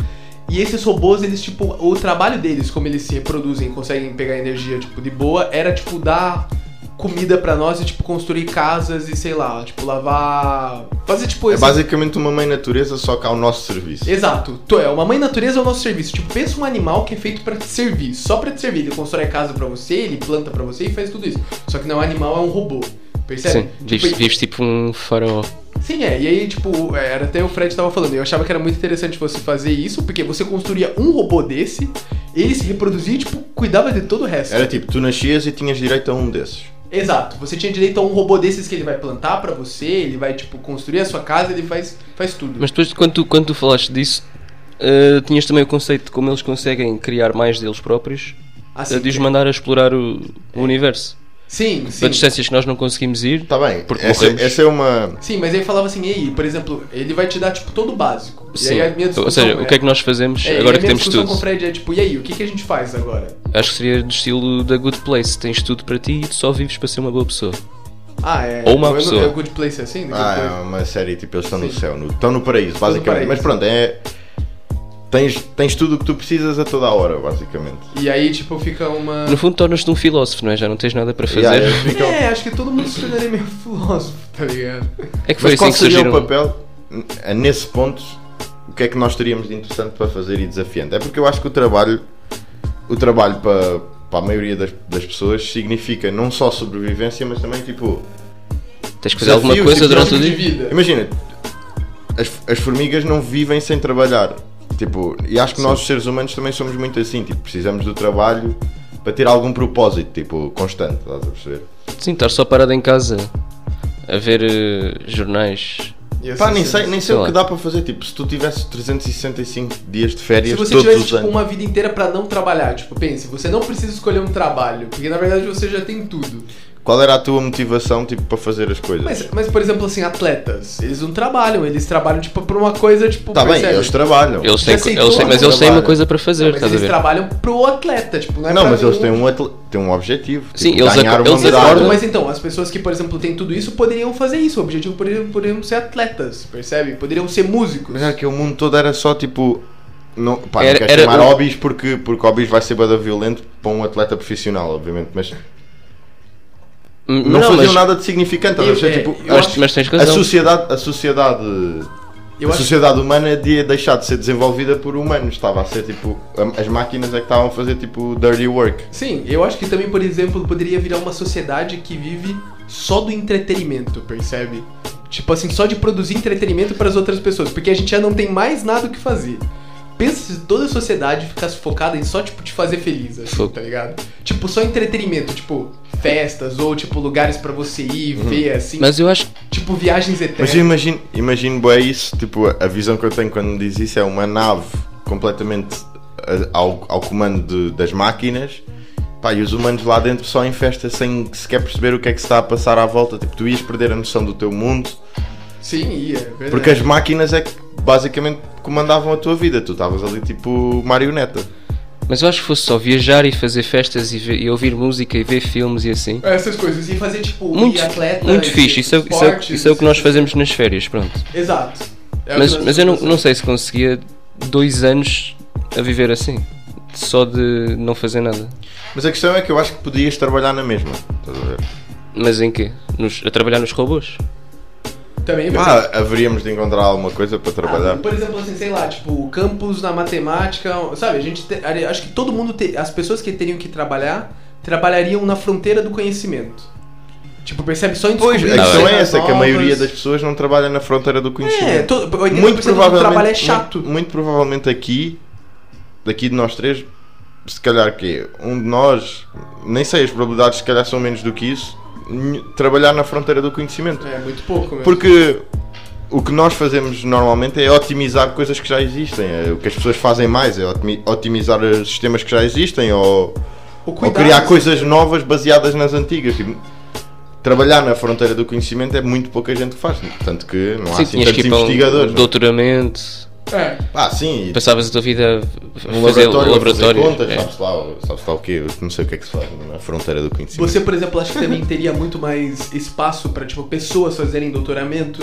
Speaker 2: E esses robôs, eles, tipo, o trabalho deles, como eles se reproduzem, conseguem pegar energia, tipo, de boa, era, tipo, dar comida pra nós e, tipo, construir casas e, sei lá, tipo, lavar... Fazer, tipo,
Speaker 1: É
Speaker 2: esses-
Speaker 1: basicamente uma mãe natureza, só que ao nosso serviço.
Speaker 2: Exato. Tu é uma mãe natureza é o nosso serviço. Tipo, pensa um animal que é feito pra te servir, só pra te servir. Ele constrói a casa pra você, ele planta pra você e faz tudo isso. Só que não é um animal, é um robô. Percebe?
Speaker 3: Sim, vives,
Speaker 2: e-
Speaker 3: vives tipo um faraó.
Speaker 2: Sim, é. E aí, tipo, era até o Fred tava falando. Eu achava que era muito interessante você fazer isso, porque você construía um robô desse, ele se reproduzia e, tipo, cuidava de todo o resto.
Speaker 1: Era tipo, tu nascias e tinhas direito a um desses.
Speaker 2: Exato. Você tinha direito a um robô desses que ele vai plantar pra você, ele vai, tipo, construir a sua casa, ele faz, faz tudo.
Speaker 3: Mas depois, quando tu, quando tu falaste disso, eh, tinhas também o conceito de como eles conseguem criar mais deles próprios,
Speaker 2: Assim,
Speaker 3: eh, de os mandar a explorar o, o universo.
Speaker 2: sim, sim.
Speaker 3: Para distâncias que nós não conseguimos ir.
Speaker 1: Está Tá bem,
Speaker 3: Porque
Speaker 1: essa,
Speaker 3: morremos.
Speaker 1: essa é uma.
Speaker 2: Sim, mas ele falava assim, ei, por exemplo, ele vai te dar, tipo, todo o básico.
Speaker 3: Sim.
Speaker 2: E aí a minha
Speaker 3: Ou
Speaker 2: discussão
Speaker 3: seja, o que é que nós fazemos
Speaker 2: é, e
Speaker 3: agora
Speaker 2: a
Speaker 3: que
Speaker 2: minha
Speaker 3: temos
Speaker 2: discussão
Speaker 3: tudo?
Speaker 2: com o Fred é tipo, e aí, o que, que a gente faz agora?
Speaker 3: Acho que seria do estilo da Good Place: tens tudo para ti e tu só vives para ser uma boa pessoa.
Speaker 2: Ah, é...
Speaker 3: Ou uma
Speaker 2: eu não-
Speaker 3: pessoa.
Speaker 2: É o Good Place assim? Good
Speaker 1: Ah, é
Speaker 2: Place.
Speaker 1: uma série, tipo, eles estão no
Speaker 2: Sim.
Speaker 1: céu, no- estão no paraíso, basicamente.
Speaker 2: paraíso.
Speaker 1: Mas pronto, é. Tens, tens tudo o que tu precisas a toda a hora, basicamente.
Speaker 2: E aí, tipo, fica uma...
Speaker 3: No fundo, tornas-te um filósofo, não é? Já não tens nada para fazer.
Speaker 1: Yeah, eles ficam-
Speaker 2: É, acho que todo mundo se tornaria meio [LAUGHS] filósofo, tá ligado?
Speaker 3: É que foi
Speaker 1: Mas
Speaker 3: assim
Speaker 1: qual
Speaker 3: que
Speaker 1: seria
Speaker 3: surgiram.
Speaker 1: o papel, n- nesse ponto, o que é que nós teríamos de interessante para fazer e desafiante? É porque eu acho que o trabalho, o trabalho para, para a maioria das, das pessoas significa não só sobrevivência, mas também tipo.
Speaker 3: Tens que fazer alguma
Speaker 1: Desafios,
Speaker 3: coisa
Speaker 1: tipo,
Speaker 3: durante o
Speaker 2: Estilo de
Speaker 3: dia.
Speaker 2: vida.
Speaker 1: Imagina, as, as formigas não vivem sem trabalhar. Tipo, e acho que nós, os seres humanos, também somos muito assim. Tipo, precisamos do trabalho para ter algum propósito, tipo, constante, estás a perceber?
Speaker 3: Sim, estar só parado em casa a ver eh, jornais,
Speaker 2: Ia
Speaker 1: Pá,
Speaker 2: ser
Speaker 1: nem
Speaker 2: assim.
Speaker 1: sei, nem sei
Speaker 3: Sei
Speaker 1: o
Speaker 3: lá.
Speaker 1: que dá para fazer. Tipo, se tu tivesse 365 dias de
Speaker 2: Se
Speaker 1: férias
Speaker 2: você
Speaker 1: todos
Speaker 2: tivesse
Speaker 1: os
Speaker 2: tipo,
Speaker 1: anos.
Speaker 2: uma vida inteira pra não trabalhar, tipo, pense, você não precisa escolher um trabalho, porque na verdade você já tem tudo.
Speaker 1: Qual era a tua motivação tipo, para fazer as coisas?
Speaker 2: Mas, mas por exemplo, assim, atletas, eles não trabalham, eles trabalham tipo por uma coisa, tipo,
Speaker 1: tá bem,
Speaker 2: percebe?
Speaker 1: eles trabalham.
Speaker 3: Eles têm,
Speaker 2: Já sei
Speaker 3: eles têm-
Speaker 2: tudo,
Speaker 3: mas eles têm uma
Speaker 1: trabalho.
Speaker 3: coisa para fazer,
Speaker 2: Não, mas
Speaker 3: estás a
Speaker 2: eles
Speaker 3: ver?
Speaker 2: trabalham pro atleta, tipo, não é
Speaker 1: Não,
Speaker 2: pra
Speaker 1: mas eles
Speaker 2: mim.
Speaker 1: têm um, atle... têm um objetivo.
Speaker 3: Sim,
Speaker 1: tipo,
Speaker 3: eles
Speaker 1: ganhar
Speaker 3: aco-
Speaker 1: uma
Speaker 3: eles
Speaker 1: medalha.
Speaker 2: Exato,
Speaker 3: acordam-
Speaker 2: mas então, as pessoas que, por exemplo, têm tudo isso poderiam fazer isso. O objetivo poderiam, poderiam ser atletas, percebe? Poderiam ser músicos.
Speaker 1: Mas é que o mundo todo era só tipo. Não, pá,
Speaker 3: Era-
Speaker 1: não quero
Speaker 3: era
Speaker 1: chamar
Speaker 3: o-
Speaker 1: hobbies porque, porque hobbies vai ser bada violento para um atleta profissional, obviamente. Mas
Speaker 3: Hum,
Speaker 1: não, faziam
Speaker 3: mas,
Speaker 1: nada de significante. estás a
Speaker 2: Eu-
Speaker 1: ver?
Speaker 2: é,
Speaker 1: tipo,
Speaker 2: eu
Speaker 1: as-
Speaker 2: acho-
Speaker 3: mas tens
Speaker 1: a
Speaker 3: razão.
Speaker 1: sociedade. A sociedade
Speaker 2: Eu
Speaker 1: a
Speaker 2: acho
Speaker 1: sociedade humana ia deixar de ser desenvolvida por humanos, estava a ser tipo. a- As máquinas é que estavam a fazer tipo dirty work.
Speaker 2: Sim, eu acho que também, por exemplo, poderia virar uma sociedade que vive só do entretenimento, percebe? Tipo assim, só de produzir entretenimento para as outras pessoas, porque a gente já não tem mais nada o que fazer. Pensa se toda a sociedade ficasse focada em só, tipo, te fazer feliz, assim,
Speaker 3: Fo-
Speaker 2: tá ligado? Tipo, só entretenimento, tipo, festas ou, tipo, lugares para você ir, ver, assim,
Speaker 3: Uhum. Mas eu acho
Speaker 2: tipo, viagens
Speaker 1: Mas
Speaker 2: eternas.
Speaker 1: eu imagino, imagino bem isso, tipo, a visão que eu tenho quando me diz isso é uma nave completamente a- ao, ao comando de- das máquinas. Pá, e os humanos lá dentro só em festa sem sequer perceber o que é que se está a passar à volta. Tipo, tu ias perder a noção do teu mundo,
Speaker 2: Sim, ia, é verdade.
Speaker 1: porque as máquinas é que basicamente comandavam a tua vida. Tu estavas ali tipo marioneta.
Speaker 3: Mas eu acho que fosse só viajar e fazer festas e, ver- e ouvir música e ver filmes e assim.
Speaker 2: Essas coisas, e fazer, tipo,
Speaker 3: Muito,
Speaker 2: ir atleta,
Speaker 3: muito
Speaker 2: e
Speaker 3: fixe, isso é, o- isso, é, o-
Speaker 2: esportes,
Speaker 3: isso é o que nós
Speaker 2: assim.
Speaker 3: fazemos nas férias, pronto.
Speaker 2: Exato. É o que
Speaker 3: Mas,
Speaker 2: nós
Speaker 3: mas eu não,
Speaker 2: fazemos.
Speaker 3: não sei se conseguia dois anos a viver assim, só de não fazer nada.
Speaker 1: Mas a questão é que eu acho que podias trabalhar na mesma. Estás a ver?
Speaker 3: Mas em quê? Nos- a trabalhar nos robôs?
Speaker 2: Também é verdade.
Speaker 1: Pá, haveríamos de encontrar alguma coisa para trabalhar.
Speaker 2: Ah, por exemplo, assim, sei lá, tipo, campus na matemática, sabe? A gente te- ali- acho que todo mundo, te- as pessoas que teriam que trabalhar, trabalhariam na fronteira do conhecimento. Tipo, percebe só em
Speaker 1: Pois, a
Speaker 2: descobrir
Speaker 1: questão é
Speaker 2: coisas
Speaker 1: essa, que a
Speaker 2: novas.
Speaker 1: maioria das pessoas né? não trabalha na fronteira do
Speaker 2: É,
Speaker 1: conhecimento.
Speaker 2: todo, 80% do trabalho é chato.
Speaker 1: Muito, muito provavelmente aqui, daqui de nós três, se calhar que um de nós, nem sei, as probabilidades se calhar são menos do que isso, n- trabalhar na fronteira do conhecimento.
Speaker 2: É, muito pouco mesmo.
Speaker 1: Porque o que nós fazemos normalmente é otimizar coisas que já existem. É, O que as pessoas fazem mais é otimi- otimizar os sistemas que já existem ou
Speaker 2: o
Speaker 1: ou
Speaker 2: cuidado, é
Speaker 1: criar coisas novas baseadas nas antigas. Tipo, trabalhar na fronteira do conhecimento é muito pouca gente que faz. Tanto que não há
Speaker 3: Sim,
Speaker 1: assim
Speaker 3: tinhas que
Speaker 1: tantos
Speaker 3: ir para um
Speaker 1: investigadores. não é?
Speaker 3: doutoramento,
Speaker 2: É,
Speaker 1: Ah, sim. e
Speaker 3: passavas a tua vida a
Speaker 1: Um
Speaker 3: fazer
Speaker 1: laboratório, laboratório
Speaker 3: laboratórios,
Speaker 1: contas,
Speaker 3: é.
Speaker 1: sabes, lá, sabes lá o quê? Eu não sei o que é que se faz na fronteira do conhecimento.
Speaker 2: Você, por exemplo, acha que também teria muito mais espaço pra, tipo, pessoas fazerem doutoramento?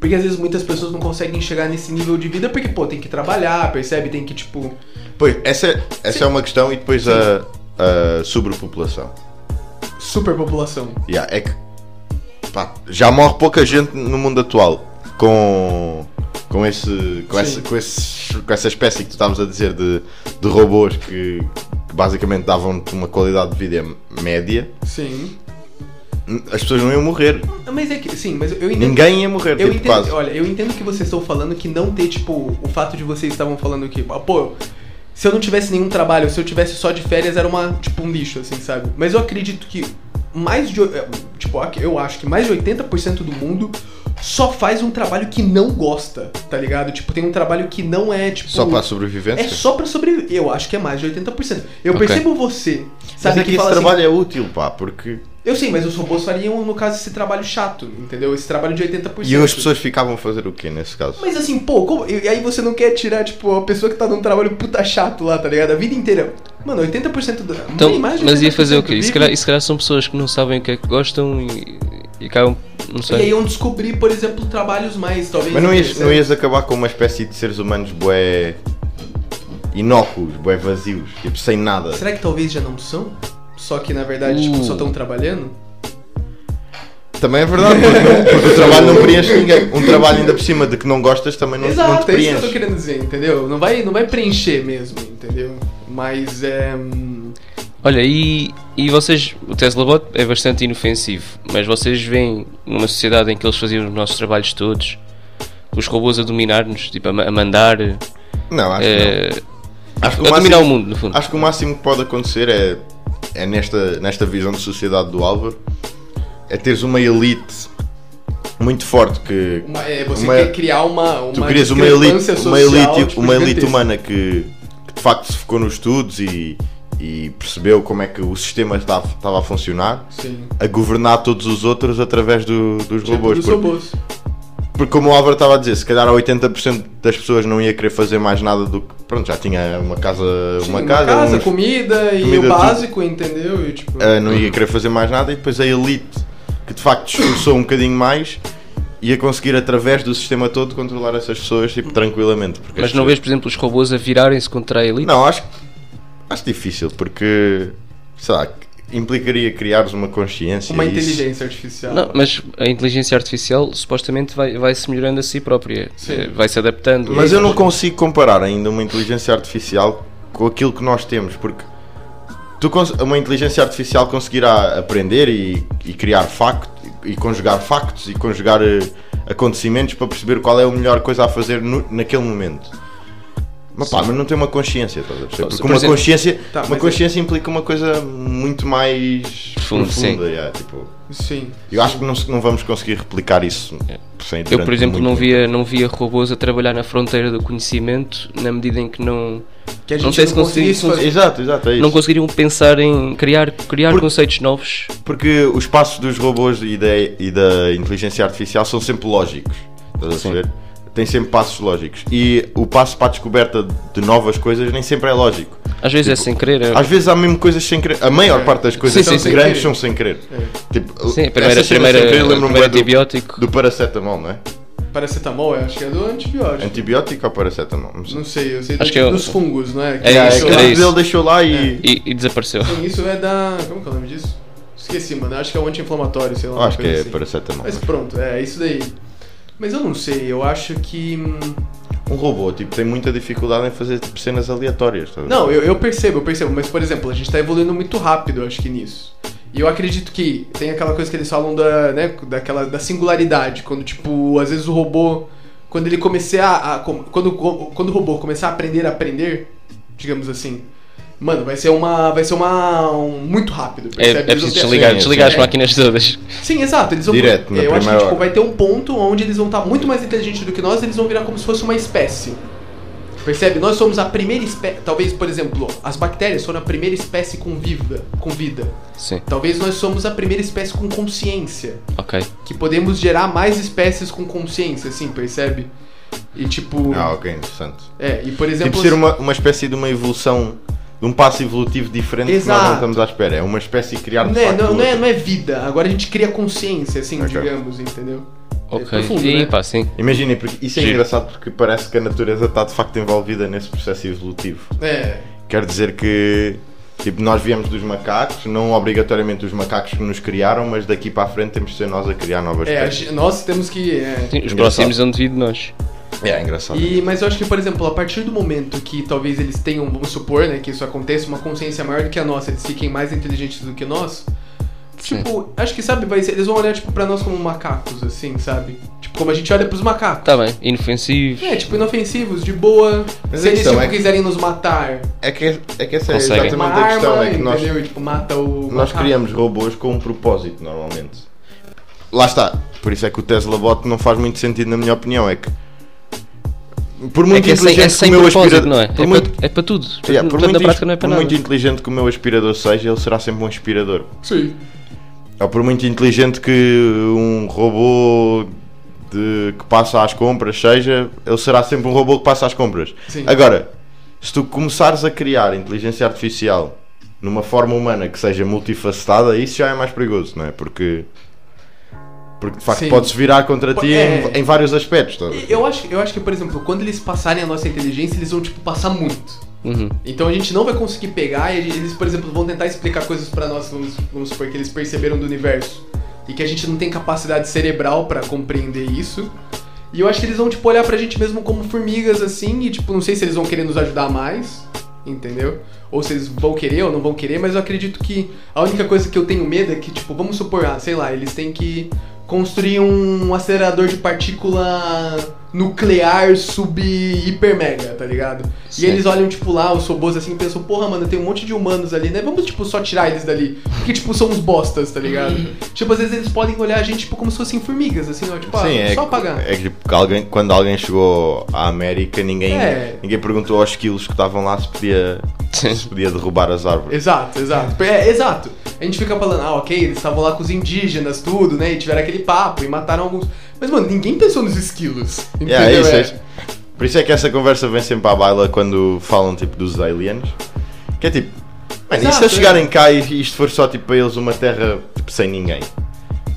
Speaker 2: Porque às vezes muitas pessoas não conseguem chegar nesse nível de vida porque, pô, tem que trabalhar, percebe? Tem que, tipo.
Speaker 1: Pois, essa, é- essa é uma questão e depois a, a sobrepopulação.
Speaker 2: Superpopulação.
Speaker 1: Yeah, é que pá, já morre pouca gente no mundo atual com com esse com,
Speaker 2: Sim.
Speaker 1: essa, com, esses- com essa espécie que tu estavas a dizer de, de robôs que, que basicamente davam-te uma qualidade de vida média.
Speaker 2: Sim.
Speaker 1: As pessoas não iam morrer.
Speaker 2: Mas é que, sim, mas eu entendo.
Speaker 1: Ninguém ia morrer,
Speaker 2: Eu
Speaker 1: tipo,
Speaker 2: entendo,
Speaker 1: quase.
Speaker 2: olha, eu entendo que vocês estão falando que não ter, tipo, o fato de vocês estavam falando que, ah, pô, se eu não tivesse nenhum trabalho, se eu tivesse só de férias, era uma, tipo, um lixo, assim, sabe? Mas eu acredito que mais de, é, tipo, eu acho que mais de 80% do mundo só faz um trabalho que não gosta, tá ligado? Tipo, tem um trabalho que não é, tipo...
Speaker 1: Só para a sobrevivência.
Speaker 2: É só pra sobreviver. Eu acho que é mais de 80%. Eu
Speaker 3: Ok.
Speaker 2: percebo você,
Speaker 1: Mas
Speaker 2: sabe,
Speaker 1: é que
Speaker 2: que
Speaker 1: esse
Speaker 2: fala assim,
Speaker 1: trabalho é útil, pá, porque.
Speaker 2: eu sei, mas os robôs fariam, no caso, esse trabalho chato, entendeu? Esse trabalho de 80%.
Speaker 1: E as pessoas ficavam a fazer o quê nesse caso?
Speaker 2: Mas assim, pô, como- e e aí você não quer tirar, tipo, a pessoa que tá num trabalho puta chato lá, tá ligado? A vida inteira. Mano, 80% da.
Speaker 3: Então,
Speaker 2: nem mais de
Speaker 3: mas ia fazer o quê?
Speaker 2: 80%
Speaker 3: E se, calhar, e se calhar são pessoas que não sabem o que é que gostam e, e acabam, não
Speaker 2: vive. E aí
Speaker 3: sei.
Speaker 2: iam descobrir, por exemplo, trabalhos mais, talvez.
Speaker 1: Mas não ias, não
Speaker 2: interessantes.
Speaker 1: ias acabar com uma espécie de seres humanos boé inócuos, boé vazios, tipo sem nada.
Speaker 2: Será que talvez já não são? Só que na verdade, tipo,
Speaker 3: Uh.
Speaker 2: só estão trabalhando?
Speaker 1: Também é verdade, porque, não- porque o trabalho não preenche ninguém. Um trabalho ainda por cima de que não gostas também não, não te
Speaker 2: Exato, é isso que eu tô
Speaker 1: preenche.
Speaker 2: querendo dizer, entendeu? Não vai, não vai preencher mesmo, entendeu? Mas é. hum,
Speaker 3: Olha, e, e vocês, o Tesla Bot é bastante inofensivo, mas vocês veem numa sociedade em que eles faziam os nossos trabalhos todos, os robôs a dominar-nos, tipo, a, ma- a mandar,
Speaker 1: Não, acho que
Speaker 3: eh,
Speaker 1: não. Acho que, o
Speaker 3: a dominar o
Speaker 1: máximo,
Speaker 3: mundo, no fundo.
Speaker 1: acho que o máximo que pode acontecer é, é nesta, nesta visão de sociedade do Álvaro, é teres uma elite muito forte que
Speaker 2: Uma- é, você
Speaker 1: Uma-
Speaker 2: quer criar uma. uma
Speaker 1: tu querias uma elite,
Speaker 2: discrepância
Speaker 1: uma
Speaker 2: social,
Speaker 1: elite,
Speaker 2: tipo,
Speaker 1: uma elite
Speaker 2: gigantesca.
Speaker 1: humana que, que de facto se focou nos estudos e, e percebeu como é que o sistema estava, estava a funcionar
Speaker 2: Sim.
Speaker 1: a governar todos os outros através do- dos
Speaker 2: Tipo,
Speaker 1: robôs.
Speaker 2: dos
Speaker 1: porque-
Speaker 2: robôs.
Speaker 1: porque como o Álvaro estava a dizer, se calhar 80% das pessoas não ia querer fazer mais nada do que. Pronto, já tinha uma casa.
Speaker 2: Sim,
Speaker 1: uma casa, uns-
Speaker 2: comida e
Speaker 1: comida,
Speaker 2: o básico, entendeu? E, tipo,
Speaker 1: ah, não ia querer fazer mais nada e depois a elite, que de facto esforçou um bocadinho mais, ia conseguir através do sistema todo controlar essas pessoas tipo, tranquilamente. Porque
Speaker 3: Mas
Speaker 1: as
Speaker 3: não
Speaker 1: pessoas-
Speaker 3: vês, por exemplo, os robôs a virarem-se contra a elite?
Speaker 1: Não, acho, acho difícil, porque. sei lá, implicaria criares uma consciência.
Speaker 2: uma
Speaker 1: e isso-
Speaker 2: inteligência artificial.
Speaker 3: Não, mas a inteligência artificial supostamente vai, vai se melhorando a si própria,
Speaker 2: Sim.
Speaker 3: Eh, vai se adaptando.
Speaker 1: Mas
Speaker 3: Eh,
Speaker 1: eu não consigo comparar ainda uma inteligência artificial com aquilo que nós temos, porque tu cons- uma inteligência artificial conseguirá aprender e, e criar factos e conjugar factos e conjugar eh, acontecimentos para perceber qual é a melhor coisa a fazer no- naquele momento. Mas pá, mas não tem uma consciência, estás a perceber?
Speaker 3: Por
Speaker 1: Porque uma
Speaker 3: exemplo-
Speaker 1: consciência,
Speaker 2: Tá,
Speaker 1: uma
Speaker 2: mas é-
Speaker 1: consciência implica uma coisa muito mais
Speaker 3: Profundo,
Speaker 1: profunda. yeah, tipo,
Speaker 2: Sim.
Speaker 1: eu acho que não, se- não vamos conseguir replicar isso. Sem,
Speaker 3: É. Eu, por
Speaker 1: durante
Speaker 3: exemplo,
Speaker 1: muito
Speaker 3: não
Speaker 1: tempo.
Speaker 3: via, não via robôs a trabalhar na fronteira do conhecimento na medida em que não,
Speaker 2: Que a
Speaker 3: Não
Speaker 2: gente
Speaker 3: sei
Speaker 2: não,
Speaker 3: se consegui-
Speaker 2: conseguisse fazer.
Speaker 1: Exato, exato, é isso.
Speaker 3: não conseguiriam pensar em criar, criar
Speaker 1: Por-
Speaker 3: conceitos novos.
Speaker 1: Porque os passos dos robôs e da, e da inteligência artificial são sempre lógicos. Estás a
Speaker 3: Sim.
Speaker 1: perceber? Tem sempre passos lógicos. E o passo para a descoberta de novas coisas nem sempre é lógico.
Speaker 3: Às vezes
Speaker 1: Tipo,
Speaker 3: é sem querer. é-
Speaker 1: Às vezes há mesmo coisas sem querer. A maior
Speaker 2: É.
Speaker 1: parte das coisas
Speaker 3: Sim, sim,
Speaker 1: são
Speaker 3: sim.
Speaker 1: grandes são sem querer.
Speaker 2: É.
Speaker 1: Tipo,
Speaker 3: Sim, a primeira,
Speaker 1: essa cena
Speaker 3: a primeira,
Speaker 1: sem querer
Speaker 3: a
Speaker 1: lembra-me
Speaker 3: primeira
Speaker 1: bué
Speaker 3: antibiótico.
Speaker 1: do, do paracetamol, não é?
Speaker 2: Paracetamol, eu acho que é do antibiótico.
Speaker 1: Antibiótico ou paracetamol? Não sei.
Speaker 2: Não sei, eu sei do
Speaker 3: Acho que
Speaker 2: tipo
Speaker 3: é o-
Speaker 2: dos fungos, não é? Que
Speaker 3: É
Speaker 1: Ah,
Speaker 3: isso,
Speaker 1: que
Speaker 3: era
Speaker 1: ele
Speaker 3: isso. É.
Speaker 1: deixou lá e.
Speaker 3: E, e desapareceu.
Speaker 2: Sim, isso é da. Como que é o nome disso? Esqueci, mano. Acho que é um anti-inflamatório, sei lá.
Speaker 1: Oh,
Speaker 2: uma
Speaker 1: acho que
Speaker 2: coisa
Speaker 1: é
Speaker 2: assim.
Speaker 1: paracetamol.
Speaker 2: Mas pronto, é isso daí. Mas eu não sei, eu acho que. hum,
Speaker 1: Um robô tipo, tem muita dificuldade em fazer tipo, cenas aleatórias. estás a
Speaker 2: Não,
Speaker 1: ver?
Speaker 2: eu, eu percebo, eu percebo. Mas, por exemplo, a gente tá evoluindo muito rápido, eu acho que nisso. E eu acredito que tem aquela coisa que eles falam da, né, daquela, da singularidade, quando, tipo, às vezes o robô, quando ele começar a... com- quando, quando o robô começar a aprender a aprender, digamos assim, mano, vai ser uma... vai ser uma... um- muito rápido,
Speaker 3: É,
Speaker 2: percebe?
Speaker 3: é
Speaker 2: Eles vão
Speaker 3: preciso
Speaker 2: ter- É.
Speaker 3: desligar,
Speaker 1: Sim,
Speaker 3: desligar
Speaker 2: sim.
Speaker 3: as máquinas todas.
Speaker 2: Sim, exato. Eles vão
Speaker 1: Direto, na
Speaker 2: Eu acho que
Speaker 1: primeira
Speaker 2: tipo,
Speaker 1: hora.
Speaker 2: vai ter um ponto onde eles vão estar muito mais inteligentes do que nós, eles vão virar como se fosse uma espécie. Percebe? Nós somos a primeira espécie. Talvez, por exemplo, as bactérias foram a primeira espécie com, viva, com vida.
Speaker 3: Sim,
Speaker 2: Talvez nós somos a primeira espécie com consciência.
Speaker 3: ok.
Speaker 2: Que podemos gerar mais espécies com consciência, assim, percebe? E tipo.
Speaker 1: Ah, ok, interessante.
Speaker 2: É, e por exemplo.
Speaker 1: Tipo ser uma, uma espécie de uma evolução, de um passo evolutivo diferente que nós
Speaker 2: Exato.
Speaker 1: não estamos à espera. É uma espécie criada de
Speaker 2: Não é,
Speaker 1: facto
Speaker 2: não, não é,
Speaker 1: outra.
Speaker 2: não é vida, agora a gente cria consciência, assim,
Speaker 1: Ok.
Speaker 2: digamos, entendeu?
Speaker 1: É,
Speaker 3: Ok.
Speaker 2: profundo,
Speaker 3: e
Speaker 2: né?
Speaker 3: pá, sim.
Speaker 1: Imaginem, porque isso é
Speaker 3: Giro.
Speaker 1: engraçado porque parece que a natureza está de facto envolvida nesse processo evolutivo.
Speaker 2: É,
Speaker 1: Quer dizer que tipo, nós viemos dos macacos, não obrigatoriamente os macacos que nos criaram, mas daqui para a frente temos de ser nós a criar novas
Speaker 2: é, a
Speaker 1: espécies.
Speaker 2: gente- nós temos que. é,
Speaker 3: Sim, os
Speaker 1: Engraçado.
Speaker 3: próximos vão devido nós.
Speaker 1: É engraçado.
Speaker 2: E, mas eu acho que, por exemplo, a partir do momento que talvez eles tenham, vamos supor, né, que isso aconteça, uma consciência maior do que a nossa, eles fiquem mais inteligentes do que nós,
Speaker 3: Sim.
Speaker 2: tipo, acho que, sabe, vai ser- eles vão olhar, tipo, pra nós como macacos, assim, sabe? Tipo, como a gente olha pros macacos.
Speaker 3: Tá bem, inofensivos.
Speaker 2: É, tipo, inofensivos, de boa,
Speaker 1: Mas
Speaker 2: se
Speaker 1: a
Speaker 2: eles,
Speaker 1: questão
Speaker 2: tipo,
Speaker 1: é que-
Speaker 2: quiserem nos matar,
Speaker 1: É que, é que essa é
Speaker 3: Conseguem.
Speaker 1: exatamente
Speaker 2: uma
Speaker 1: a questão,
Speaker 2: arma,
Speaker 1: é que nós
Speaker 2: entendeu? E, tipo, mata o
Speaker 1: Nós
Speaker 2: macaco.
Speaker 1: criamos robôs com um propósito, normalmente. Lá está. Por isso é que o Tesla Bot não faz muito sentido, na minha opinião. É que. Por
Speaker 3: É
Speaker 1: muito
Speaker 3: que é sem,
Speaker 1: inteligente
Speaker 3: é sem
Speaker 1: que o meu
Speaker 3: propósito,
Speaker 1: aspirador.
Speaker 3: não é? É,
Speaker 1: Por muito...
Speaker 3: para, é para tudo.
Speaker 1: Yeah, por
Speaker 3: Portanto,
Speaker 1: muito
Speaker 3: na
Speaker 1: ins-
Speaker 3: prática não é para
Speaker 1: por
Speaker 3: nada.
Speaker 1: muito inteligente que o meu aspirador seja, ele será sempre um aspirador.
Speaker 2: Sim.
Speaker 1: Ou É por muito inteligente que um robô de- que passa às compras seja, ele será sempre um robô que passa às compras.
Speaker 2: Sim.
Speaker 1: Agora, se tu começares a criar inteligência artificial numa forma humana que seja multifacetada, isso já é mais perigoso, não é? Porque, porque de facto
Speaker 2: Sim.
Speaker 1: pode-se virar contra ti
Speaker 2: É.
Speaker 1: em, em vários aspectos. tá?
Speaker 2: E Eu acho, eu acho que, por exemplo, quando eles passarem a nossa inteligência, eles vão, tipo, passar muito.
Speaker 3: Uhum.
Speaker 2: Então a gente não vai conseguir pegar e eles, por exemplo, vão tentar explicar coisas pra nós, vamos, vamos supor, que eles perceberam do universo. E que a gente não tem capacidade cerebral pra compreender isso. E eu acho que eles vão, tipo, olhar pra gente mesmo como formigas, assim, e, tipo, não sei se eles vão querer nos ajudar mais, entendeu? Ou se eles vão querer ou não vão querer, mas eu acredito que a única coisa que eu tenho medo é que, tipo, vamos supor, ah, sei lá, eles têm que construir um acelerador de partícula nuclear sub hiper mega, tá ligado? E
Speaker 3: Certo.
Speaker 2: eles olham, tipo, lá, os robôs assim, e pensam, porra, mano, tem um monte de humanos ali, né? Vamos, tipo, só tirar eles dali. Porque, tipo, são uns bostas, tá
Speaker 1: [LAUGHS]
Speaker 2: ligado? tipo, às vezes eles podem olhar a gente, tipo, como se fossem formigas, assim, ó, tipo, ah,
Speaker 1: Sim, é,
Speaker 2: só apagar.
Speaker 1: é que tipo, alguém, quando alguém chegou à América, ninguém,
Speaker 2: É.
Speaker 1: ninguém perguntou aos quilos que estavam lá se podia, se podia derrubar as árvores.
Speaker 2: Exato, exato. É, exato. A gente fica falando, ah, ok, eles estavam lá com os indígenas, tudo, né? E tiveram aquele papo e mataram alguns. Mas, mano, ninguém pensou nos esquilos. Entendeu?
Speaker 1: Yeah, é isso, é isso. Por isso é que essa conversa vem sempre à baila quando falam tipo dos aliens. Que é tipo, mano, e se
Speaker 2: Exato, é.
Speaker 1: eles chegarem cá e isto for só tipo para eles uma terra tipo, sem ninguém?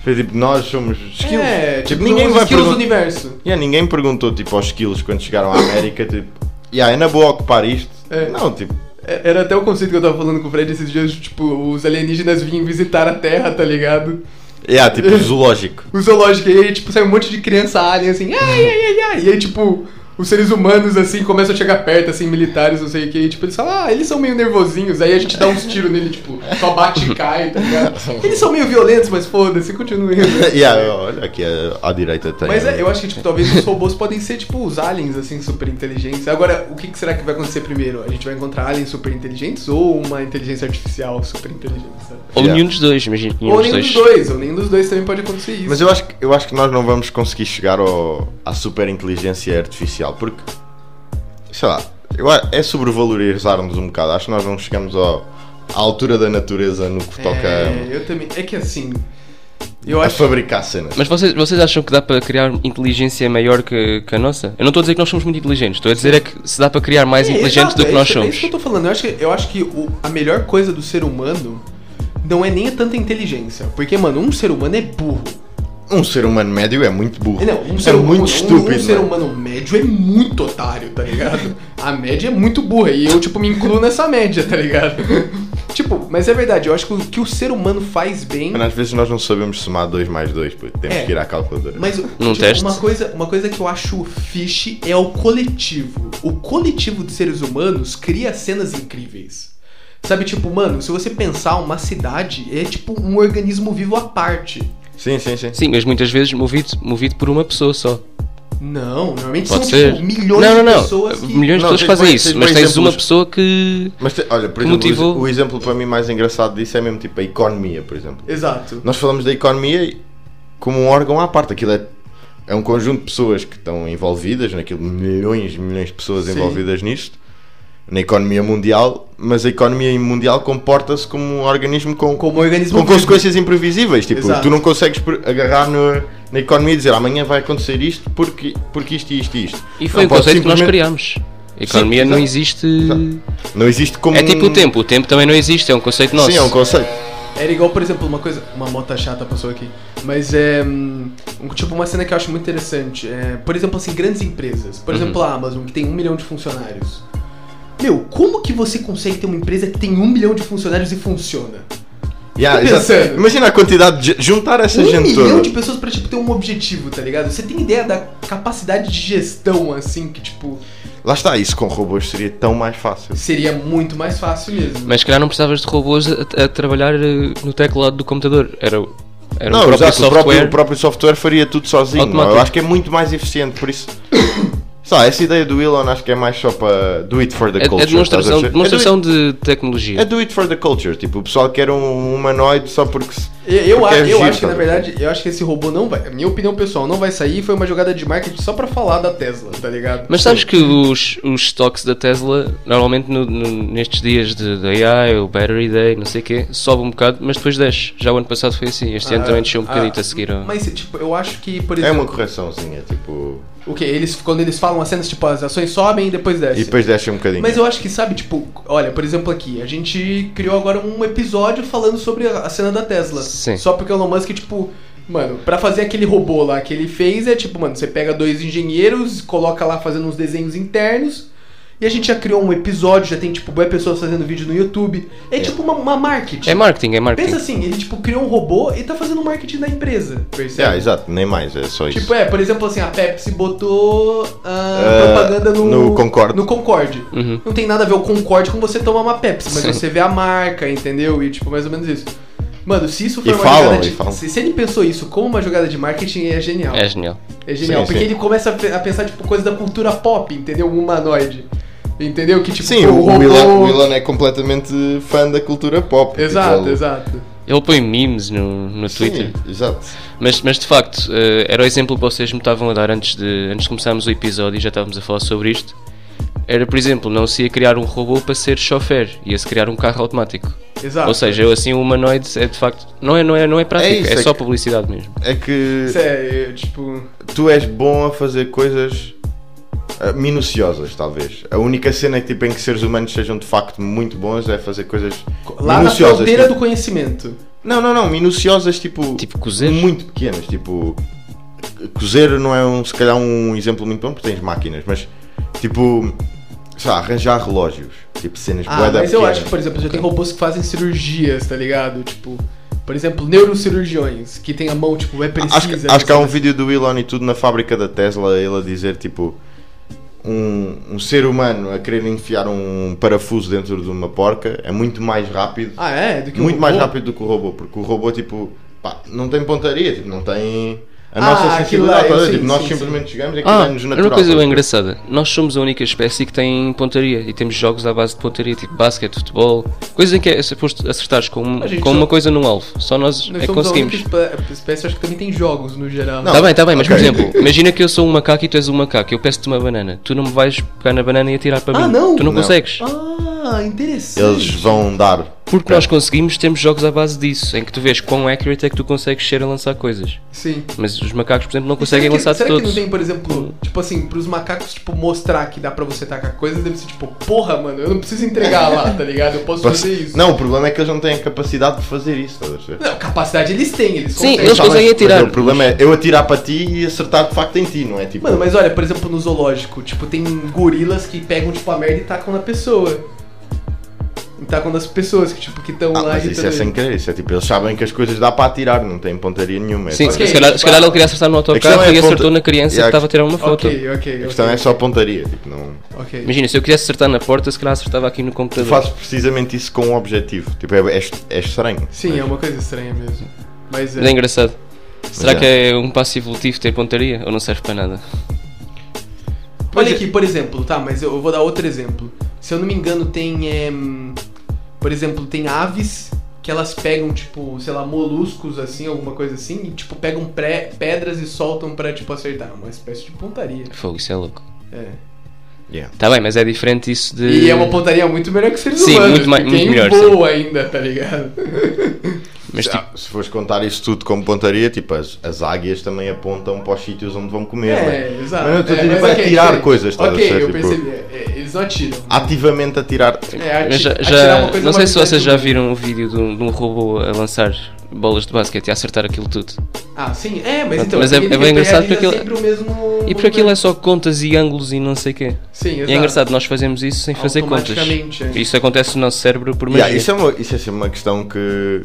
Speaker 1: Foi tipo, nós somos esquilos.
Speaker 2: É, tipo,
Speaker 1: ninguém
Speaker 2: ninguém os
Speaker 1: vai
Speaker 2: esquilos do
Speaker 1: perguntar.
Speaker 2: universo.
Speaker 1: Yeah, ninguém perguntou tipo aos esquilos quando chegaram à América, tipo, yeah, é na boa ocupar isto?
Speaker 2: É.
Speaker 1: Não, tipo,
Speaker 2: É, Era até o conceito que eu tava falando com o Fred esses dias, tipo, os alienígenas vinham visitar a Terra, tá ligado?
Speaker 1: yeah,
Speaker 2: [LAUGHS]
Speaker 1: tipo zoológico. [LAUGHS]
Speaker 2: O zoológico, e aí, tipo, sai um monte de criança alien, assim, ai, ai, ai, ai. E aí, tipo, os seres humanos, assim, começam a chegar perto, assim, militares, não sei o que, e, tipo, eles falam, ah, eles são meio nervosinhos, aí a gente dá uns tiros nele, tipo, só bate e cai, tá ligado? Eles são meio violentos, mas foda-se, continua indo.
Speaker 1: yeah, olha aqui eh, à direita tem.
Speaker 2: Mas é, eu acho que, tipo, talvez os robôs podem ser, tipo, os aliens, assim, super inteligentes. Agora, o que, que será que vai acontecer primeiro? A gente vai encontrar aliens super inteligentes ou uma inteligência artificial super inteligente, sabe?
Speaker 3: Ou
Speaker 1: Yeah.
Speaker 3: nenhum dos dois, imagina que nenhum
Speaker 2: Ou
Speaker 3: dos
Speaker 2: nenhum dos
Speaker 3: dois.
Speaker 2: dois, ou nenhum dos dois também pode acontecer isso.
Speaker 1: Mas eu acho, que, eu acho que nós não vamos conseguir chegar ao, à super inteligência artificial, porque, sei lá, eu a- é sobrevalorizarmos um bocado. Acho que nós não chegamos ao- à altura da natureza no que toca
Speaker 2: É, eu também. É que assim. Eu
Speaker 1: a
Speaker 2: acho.
Speaker 1: fabricar cenas.
Speaker 3: Mas vocês, vocês acham que dá para criar inteligência maior que, que a nossa? Eu não estou a dizer que nós somos muito inteligentes, estou a dizer é que se dá para criar mais
Speaker 2: É,
Speaker 3: inteligentes
Speaker 2: exato,
Speaker 3: do que
Speaker 2: é
Speaker 3: nós
Speaker 2: isso- É
Speaker 3: somos.
Speaker 2: isso que eu tô falando. Eu acho que, eu acho que o- a melhor coisa do ser humano não é nem tanta inteligência. Porque, mano, um ser humano é burro.
Speaker 1: Um ser humano médio é muito burro.
Speaker 2: Não, um
Speaker 1: é
Speaker 2: ser,
Speaker 1: muito
Speaker 2: um- um-
Speaker 1: estúpido.
Speaker 2: Um ser
Speaker 1: mano.
Speaker 2: humano médio é muito otário, tá ligado? A média é muito burra. E eu, tipo, me incluo nessa média, tá ligado? [LAUGHS] tipo, mas é verdade. Eu acho que o que o ser humano faz bem.
Speaker 1: Mano, às vezes nós não sabemos somar 2 mais 2, puto. Temos
Speaker 2: É.
Speaker 1: que ir à calculadora.
Speaker 2: Mas tipo,
Speaker 3: teste?
Speaker 2: Uma, coisa, uma coisa que eu acho fixe é o coletivo. O coletivo de seres humanos cria cenas incríveis. Sabe, tipo, mano, se você pensar uma cidade, é tipo um organismo vivo à parte.
Speaker 1: Sim, sim, sim.
Speaker 3: Sim, mas muitas vezes movido, movido por uma pessoa só.
Speaker 2: Não, normalmente
Speaker 3: Pode
Speaker 2: são
Speaker 3: ser.
Speaker 2: tipo, milhões
Speaker 3: não, não,
Speaker 2: de
Speaker 3: não.
Speaker 2: pessoas que.
Speaker 3: Milhões de
Speaker 1: Não,
Speaker 3: pessoas que
Speaker 1: tens
Speaker 3: fazem
Speaker 1: bem-
Speaker 3: isso,
Speaker 1: tens
Speaker 3: mas
Speaker 1: bem
Speaker 3: tens
Speaker 1: exemplos.
Speaker 3: uma pessoa que.
Speaker 1: Mas te- olha, por exemplo,
Speaker 3: Que motivou-
Speaker 1: o, o exemplo para mim mais engraçado disso é mesmo tipo a economia, por exemplo.
Speaker 2: Exato.
Speaker 1: Nós falamos da economia como um órgão à parte. Aquilo é, é um conjunto de pessoas que estão envolvidas naquilo, milhões e milhões de pessoas
Speaker 2: Sim.
Speaker 1: envolvidas nisto, na economia mundial, mas a economia mundial comporta-se como um organismo com,
Speaker 2: Como um organismo
Speaker 1: com
Speaker 2: vivo.
Speaker 1: consequências imprevisíveis. Tipo,
Speaker 2: Exato.
Speaker 1: tu não consegues pre- agarrar no- na economia e dizer amanhã vai acontecer isto porque, porque isto e isto e isto.
Speaker 3: E foi
Speaker 1: Não
Speaker 3: um
Speaker 1: podes
Speaker 3: conceito que nós
Speaker 1: simplesmente-
Speaker 3: criámos. A economia
Speaker 1: Sim,
Speaker 3: não
Speaker 1: exato.
Speaker 3: existe.
Speaker 1: Não existe como.
Speaker 3: É tipo o
Speaker 1: um-
Speaker 3: tempo, o tempo também não existe, é um conceito nosso.
Speaker 1: Sim, é um conceito.
Speaker 2: Era igual, por exemplo, uma coisa. Uma mota chata passou aqui. Mas é. hum, um- tipo, uma cena que eu acho muito interessante. É, por exemplo, assim, grandes empresas.
Speaker 3: Uhum.
Speaker 2: Por exemplo, a Amazon, que tem um milhão de funcionários. Meu, como que você consegue ter uma empresa que tem um milhão de funcionários e funciona?
Speaker 1: Yeah,
Speaker 2: Tô
Speaker 1: exato.
Speaker 2: pensando.
Speaker 1: Imagina a quantidade de juntar essa
Speaker 2: É um
Speaker 1: gente
Speaker 2: milhão
Speaker 1: toda.
Speaker 2: de pessoas pra, tipo, ter um objetivo, tá ligado? Você tem ideia da capacidade de gestão, assim, que, tipo,
Speaker 1: Lá está, isso com robôs seria tão mais fácil.
Speaker 2: seria muito mais fácil mesmo.
Speaker 3: Mas se calhar não precisavas de robôs a, a trabalhar eh, no teclado do computador. Era, o- era
Speaker 1: não,
Speaker 3: o próprio
Speaker 1: exato, o próprio,
Speaker 3: software.
Speaker 1: o próprio software faria tudo sozinho.
Speaker 3: Automático.
Speaker 1: Eu acho que é muito mais eficiente, por isso. [COUGHS] Sei lá, essa ideia do Elon acho que é mais só para do it for the
Speaker 3: É,
Speaker 1: culture.
Speaker 3: é demonstração,
Speaker 1: estás a perceber?
Speaker 3: demonstração de
Speaker 1: É
Speaker 3: tecnologia.
Speaker 1: do, it, é do it for the culture. Tipo, o pessoal quer um humanoide só porque. se-
Speaker 2: Eu, eu,
Speaker 1: Porque
Speaker 2: a-
Speaker 1: é
Speaker 2: eu
Speaker 1: giro,
Speaker 2: acho que, na
Speaker 1: sabe?
Speaker 2: verdade, eu acho que esse robô não vai. A minha opinião pessoal, não vai sair. Foi uma jogada de marketing só pra falar da Tesla, tá ligado?
Speaker 3: Mas sabes que os, os stocks da Tesla, normalmente no- no- nestes dias de, de AI, o Battery Day, não sei o quê, sobe um bocado, mas depois desce. Já o ano passado foi assim, este ano
Speaker 2: Ah,
Speaker 3: também desceu um
Speaker 2: ah,
Speaker 3: bocadinho a seguir. ao-
Speaker 2: Mas, tipo, eu acho que, por
Speaker 1: É
Speaker 2: exemplo.
Speaker 1: uma correçãozinha, tipo.
Speaker 2: O que? Eles, quando eles falam as cenas, tipo, as ações sobem e depois descem.
Speaker 1: E depois desce um bocadinho.
Speaker 2: Mas eu acho que, sabe, tipo, olha, por exemplo, aqui, a gente criou agora um episódio falando sobre a a cena da Tesla.
Speaker 3: Sim.
Speaker 2: Só porque o Elon Musk, tipo, mano, pra fazer aquele robô lá que ele fez, é tipo, mano, você pega dois engenheiros, coloca lá fazendo uns desenhos internos. E a gente já criou um episódio, já tem, tipo, boas pessoas fazendo vídeo no YouTube. É, tipo uma, uma marketing.
Speaker 3: É marketing, é
Speaker 2: Pensa
Speaker 3: marketing.
Speaker 2: assim, ele, tipo, criou um robô e tá fazendo marketing da empresa. Percebe?
Speaker 1: Yeah, Ah, exato, nem mais, é só isso.
Speaker 2: Tipo, é, por exemplo, assim, a Pepsi botou ah,
Speaker 1: Ah,
Speaker 2: propaganda no,
Speaker 1: no Concorde.
Speaker 2: no Concorde.
Speaker 3: Uhum.
Speaker 2: Não tem nada a ver o Concorde com você tomar uma Pepsi, mas
Speaker 3: Sim.
Speaker 2: você vê a marca, entendeu? E tipo, mais ou menos isso. Mano, se isso for
Speaker 1: E
Speaker 2: uma
Speaker 1: falam,
Speaker 2: jogada
Speaker 1: e
Speaker 2: de.
Speaker 1: falam.
Speaker 2: Se, se ele pensou isso como uma jogada de marketing, é genial.
Speaker 3: É genial.
Speaker 2: É genial,
Speaker 1: Sim,
Speaker 2: porque
Speaker 1: sim.
Speaker 2: ele começa a pe- a pensar, tipo, coisa da cultura pop, entendeu? Um humanoide. Entendeu? Que tipo.
Speaker 1: Sim,
Speaker 2: pô,
Speaker 1: o,
Speaker 2: robô-
Speaker 1: o, Ilan, o Ilan é completamente fã da cultura pop.
Speaker 2: Exato,
Speaker 1: Tipo, ele-
Speaker 2: exato.
Speaker 3: Ele põe memes no, no
Speaker 1: Sim,
Speaker 3: Twitter.
Speaker 1: exato.
Speaker 3: Mas, mas de facto, eh, era o exemplo que vocês me estavam a dar antes de, antes de começarmos o episódio e já estávamos a falar sobre isto. Era, por exemplo, não se ia criar um robô para ser chofer, ia-se criar um carro automático.
Speaker 2: Exato.
Speaker 3: Ou seja, eu assim, o humanoide é de facto. Não é, não é, não é prática,
Speaker 1: É
Speaker 3: é,
Speaker 1: isso, é
Speaker 3: só
Speaker 1: que-
Speaker 3: publicidade mesmo.
Speaker 1: É que
Speaker 2: Isso é, é, tipo.
Speaker 1: tu és bom a fazer coisas ah, minuciosas, talvez. A única cena que, tipo, em que seres humanos sejam de facto muito bons é fazer coisas
Speaker 2: Lá na
Speaker 1: minuciosas.
Speaker 2: fronteira
Speaker 1: tipo-
Speaker 2: do conhecimento.
Speaker 1: Não, não, não, minuciosas tipo,
Speaker 3: Tipo cozer.
Speaker 1: muito pequenas, tipo cozer não é um, se calhar um exemplo muito bom porque tens máquinas, mas tipo, sei lá, arranjar relógios, tipo cenas
Speaker 2: Ah,
Speaker 1: bué da
Speaker 2: mas eu
Speaker 1: pequenas.
Speaker 2: acho que, por exemplo, já tem robôs que fazem cirurgias, tá ligado? Tipo, por exemplo, neurocirurgiões, que tem a mão, tipo, é precisa.
Speaker 1: Acho, que- acho que há um vídeo do Elon e tudo na fábrica da Tesla, ele a dizer tipo um, um ser humano a querer enfiar um parafuso dentro de uma porca é muito mais rápido,
Speaker 2: Ah, é? Do que um
Speaker 1: muito mais
Speaker 2: robô?
Speaker 1: rápido do que o robô, porque o robô tipo pá, não tem pontaria, tipo, não tem a
Speaker 2: Ah,
Speaker 1: nossa
Speaker 2: aquilo
Speaker 1: sensibilidade,
Speaker 2: lá,
Speaker 1: toda,
Speaker 2: sim,
Speaker 1: tipo, nós
Speaker 2: sim,
Speaker 1: simplesmente chegamos e
Speaker 2: é
Speaker 1: aquilo
Speaker 3: Ah,
Speaker 1: é-nos
Speaker 3: era
Speaker 1: natural.
Speaker 3: uma coisa
Speaker 1: estás
Speaker 3: bem
Speaker 1: a ver?
Speaker 3: engraçada. Nós somos a única espécie que tem pontaria e temos jogos à base de pontaria, tipo basquete, futebol, coisas em que é suposto acertares com,
Speaker 2: A gente
Speaker 3: com
Speaker 2: só-
Speaker 3: uma coisa num alvo. Só nós,
Speaker 2: Nós
Speaker 3: é que
Speaker 2: somos a
Speaker 3: conseguimos.
Speaker 2: única espé- espécie, acho que também tem jogos no geral.
Speaker 1: Não.
Speaker 3: Tá bem, tá bem, mas
Speaker 1: ok.
Speaker 3: por exemplo, imagina que eu sou um macaco e tu és um macaco, eu peço-te uma banana, tu não me vais pegar na banana e atirar para
Speaker 2: Ah,
Speaker 3: mim.
Speaker 2: não?
Speaker 3: Tu não,
Speaker 1: Não.
Speaker 3: consegues.
Speaker 2: Ah, interessante.
Speaker 1: Eles vão dar.
Speaker 3: Porque nós conseguimos, temos jogos à base disso, em que tu vês quão accurate é que tu consegues ser a lançar coisas.
Speaker 2: Sim.
Speaker 3: Mas os macacos, por exemplo, não conseguem
Speaker 2: será que,
Speaker 3: lançar
Speaker 2: será que
Speaker 3: todos. Hum.
Speaker 2: não tem, por exemplo, tipo assim, pros macacos, tipo, mostrar que dá pra você tacar coisas, deve ser tipo, porra, mano, eu não preciso entregar lá, tá ligado? Eu posso fazer isso.
Speaker 1: Não, o problema é que eles não têm a capacidade de fazer isso, estás a perceber?
Speaker 2: Não, capacidade eles têm, eles
Speaker 3: Sim,
Speaker 2: conseguem.
Speaker 3: eles
Speaker 1: Tá, mas-
Speaker 3: conseguem atirar.
Speaker 1: mas O problema é eu atirar para ti e acertar de facto em ti, não é? Tipo,
Speaker 2: Mano, mas olha, por exemplo, no zoológico, tipo, tem gorilas que pegam, tipo, a merda e tacam na pessoa. E tacam nas pessoas que, tipo, que estão
Speaker 1: Ah,
Speaker 2: lá
Speaker 1: mas
Speaker 2: e
Speaker 1: isso é sem querer, isso é tipo, eles sabem que as coisas dá para atirar, não tem pontaria nenhuma. é
Speaker 3: Sim,
Speaker 1: só-
Speaker 2: Ok,
Speaker 3: se, calhar, se calhar ele queria acertar no autocarro
Speaker 1: questão é
Speaker 3: e
Speaker 1: a
Speaker 3: acertou
Speaker 1: ponta-
Speaker 3: na criança
Speaker 1: e a-
Speaker 3: que estava a tirar uma foto.
Speaker 2: Ok, ok.
Speaker 1: A questão é só pontaria, tipo, não.
Speaker 2: Ok.
Speaker 3: Imagina, se eu quisesse acertar na porta, se calhar acertava aqui no
Speaker 1: Tu
Speaker 3: computador.
Speaker 1: fazes precisamente isso com um objetivo, tipo, é, é, é estranho.
Speaker 2: Sim, é uma coisa estranha mesmo. Mas
Speaker 3: Mas é
Speaker 2: é.
Speaker 3: engraçado. Será
Speaker 1: é.
Speaker 3: que é um passo evolutivo ter pontaria ou não serve para nada?
Speaker 2: Olha aqui, por exemplo, tá, mas eu vou dar outro exemplo. Se eu não me engano, tem. em, por exemplo, tem aves que elas pegam, tipo, sei lá, moluscos, assim, alguma coisa assim, e, tipo, pegam pré- pedras e soltam pra, tipo, acertar. Uma espécie de pontaria.
Speaker 3: Fogo, isso é louco.
Speaker 2: É.
Speaker 1: Yeah.
Speaker 3: Tá bem, mas é diferente isso de.
Speaker 2: E é uma pontaria muito melhor que seres
Speaker 3: Sim,
Speaker 2: humanos.
Speaker 3: muito mais-
Speaker 2: porque
Speaker 3: muito
Speaker 2: é
Speaker 3: melhor,
Speaker 2: boa ainda, tá ligado?
Speaker 3: Mas
Speaker 1: Se-
Speaker 3: tipo,
Speaker 1: ah, se fores contar isso tudo como pontaria, tipo, as, as águias também apontam para os sítios onde vão comer, não é?
Speaker 2: exato.
Speaker 1: Mas eu tô
Speaker 2: É,
Speaker 1: dizendo
Speaker 2: mas
Speaker 1: pra
Speaker 2: ok,
Speaker 1: tirar
Speaker 2: diferente.
Speaker 1: coisas, estás a
Speaker 2: Ok,
Speaker 1: perceber,
Speaker 2: eu
Speaker 1: tipo- Ah,
Speaker 2: perceram? percebi. É, é, eles não atiram.
Speaker 1: Ativamente atirar.
Speaker 2: É, ati-
Speaker 3: Mas já,
Speaker 2: atirar uma
Speaker 3: já-
Speaker 2: coisa
Speaker 3: não
Speaker 2: é
Speaker 3: sei
Speaker 2: uma
Speaker 3: se
Speaker 2: habilidade
Speaker 3: vocês já
Speaker 2: humana.
Speaker 3: viram um vídeo de um, de um robô a lançar bolas de basquete e a acertar aquilo tudo.
Speaker 2: Ah, sim, é, mas
Speaker 3: Pronto,
Speaker 2: então.
Speaker 3: mas é-
Speaker 2: ele-
Speaker 3: é bem
Speaker 2: ele
Speaker 3: engraçado porque
Speaker 2: realiza
Speaker 3: aquilo-
Speaker 2: sempre o mesmo
Speaker 3: E por aquilo é só contas e ângulos e não sei o quê.
Speaker 2: Sim,
Speaker 3: E
Speaker 2: exato.
Speaker 3: é engraçado, nós fazemos isso sem fazer contas.
Speaker 2: Automaticamente, é.
Speaker 3: Isso acontece no nosso cérebro por magia.
Speaker 1: Yeah, isso, é uma, isso é sempre uma questão que,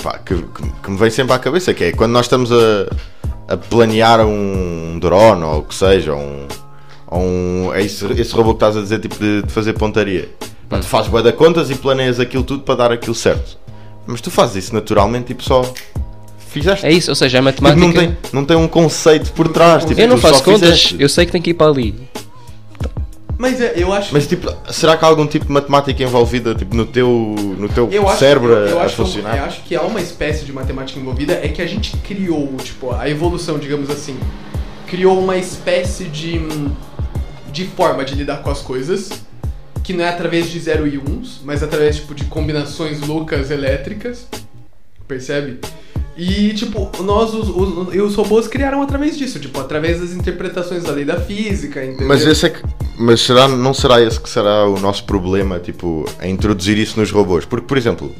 Speaker 1: pá, que, que- que me vem sempre à cabeça, que é quando nós estamos a, a planear um drone ou o que seja, ou um, ou um- é esse, esse robô que estás a dizer tipo de, de fazer pontaria. Pá,
Speaker 3: Hum.
Speaker 1: tu fazes boa da contas e planeias aquilo tudo para dar aquilo certo. Mas tu fazes isso naturalmente, tipo só fizeste.
Speaker 3: É isso, ou seja, é
Speaker 1: Tipo,
Speaker 3: matemática.
Speaker 1: não, tem, não tem um conceito por trás. Tipo,
Speaker 3: Eu não
Speaker 1: tu só
Speaker 3: faço contas,
Speaker 1: fizeste.
Speaker 3: eu sei que tem que ir para ali.
Speaker 2: Mas é, eu acho.
Speaker 1: Mas tipo, será que há algum tipo de matemática envolvida tipo, no teu, no teu
Speaker 2: eu acho,
Speaker 1: cérebro é
Speaker 2: eu
Speaker 1: a
Speaker 2: acho,
Speaker 1: funcionar?
Speaker 2: Eu acho que há uma espécie de matemática envolvida, é que a gente criou, tipo, a evolução, digamos assim, criou uma espécie de, hum, de forma de lidar com as coisas, que não é através de zero e uns, mas através, tipo, de combinações loucas elétricas, percebe? E, tipo, nós, os, os, e os robôs criaram através disso, tipo, através das interpretações da lei da física, entendeu?
Speaker 1: Mas esse é que. Mas será, não será esse que será o nosso problema, tipo, a introduzir isso nos robôs? Porque, por exemplo,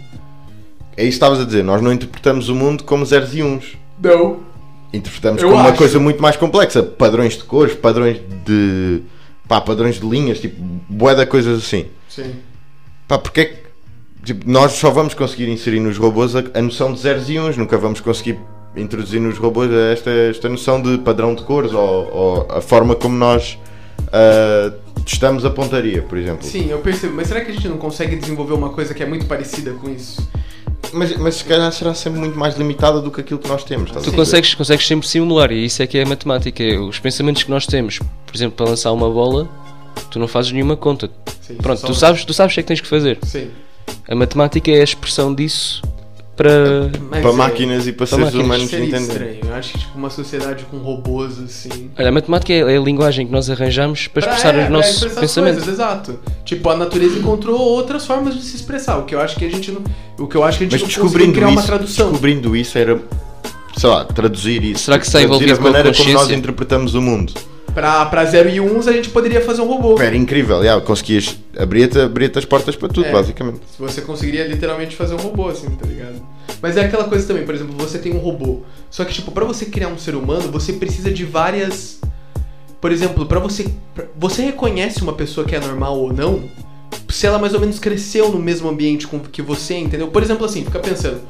Speaker 1: é isso que estavas a dizer, nós não interpretamos o mundo como zeros e uns.
Speaker 2: Não.
Speaker 1: Interpretamos
Speaker 2: Eu
Speaker 1: como uma
Speaker 2: acho.
Speaker 1: coisa muito mais complexa. Padrões de cores, padrões de. pá, padrões de linhas, tipo, bué de coisas assim.
Speaker 2: Sim.
Speaker 1: Pá, porque é que. Tipo, nós só vamos conseguir inserir nos robôs a, a noção de zeros e uns, nunca vamos conseguir introduzir nos robôs esta, esta noção de padrão de cores ou, ou a forma como nós ah, testamos a pontaria, por exemplo.
Speaker 2: Sim, eu percebo. Mas será que a gente não consegue desenvolver uma coisa que é muito parecida com isso?
Speaker 1: Mas, mas se calhar será sempre muito mais limitada do que aquilo que nós temos. estás
Speaker 3: Tu
Speaker 1: a perceber?
Speaker 3: consegues, consegues sempre simular e isso é que é a matemática. é Os pensamentos que nós temos, por exemplo, para lançar uma bola, tu não fazes nenhuma conta.
Speaker 2: Sim,
Speaker 3: Pronto,
Speaker 2: só- um
Speaker 3: tu sabes, tu sabes o que é que tens que fazer.
Speaker 2: Sim.
Speaker 3: A matemática é a expressão disso para.
Speaker 2: Mas
Speaker 1: Para
Speaker 2: é-
Speaker 1: máquinas e para,
Speaker 3: para
Speaker 1: seres
Speaker 3: máquinas
Speaker 1: humanos
Speaker 2: Seria
Speaker 1: entenderem.
Speaker 2: estranho. Eu acho que tipo, uma sociedade com robôs assim.
Speaker 3: Olha, a matemática é a linguagem que nós arranjamos para expressar
Speaker 2: é,
Speaker 3: os nossos
Speaker 2: expressar as
Speaker 3: pensamentos.
Speaker 2: coisas, exato. Tipo, a natureza encontrou outras formas de se expressar. O que eu acho que a gente não. O que eu acho que a gente
Speaker 1: Mas
Speaker 2: não conseguiu
Speaker 1: descobrindo
Speaker 2: criar uma
Speaker 1: isso,
Speaker 2: tradução.
Speaker 1: descobrindo isso era, sei lá, traduzir isso.
Speaker 3: Será que isso é
Speaker 1: traduzir
Speaker 3: envolvido
Speaker 1: a
Speaker 3: com a
Speaker 1: maneira como nós
Speaker 3: consciência?
Speaker 1: interpretamos o mundo.
Speaker 2: Pra, pra 0 e 1 a gente poderia fazer um robô.
Speaker 1: Era incrível, já, conseguias abrir-te abrir-te as portas para tudo,
Speaker 2: É.
Speaker 1: basicamente.
Speaker 2: Se Você conseguiria literalmente fazer um robô, assim, tá ligado? Mas é aquela coisa também, por exemplo, você tem um robô. Só que, tipo, pra você criar um ser humano, você precisa de várias. Por exemplo, pra você. pra- Você reconhece uma pessoa que é normal ou não? Se ela mais ou menos cresceu no mesmo ambiente com que você, entendeu? Por exemplo, assim, fica pensando.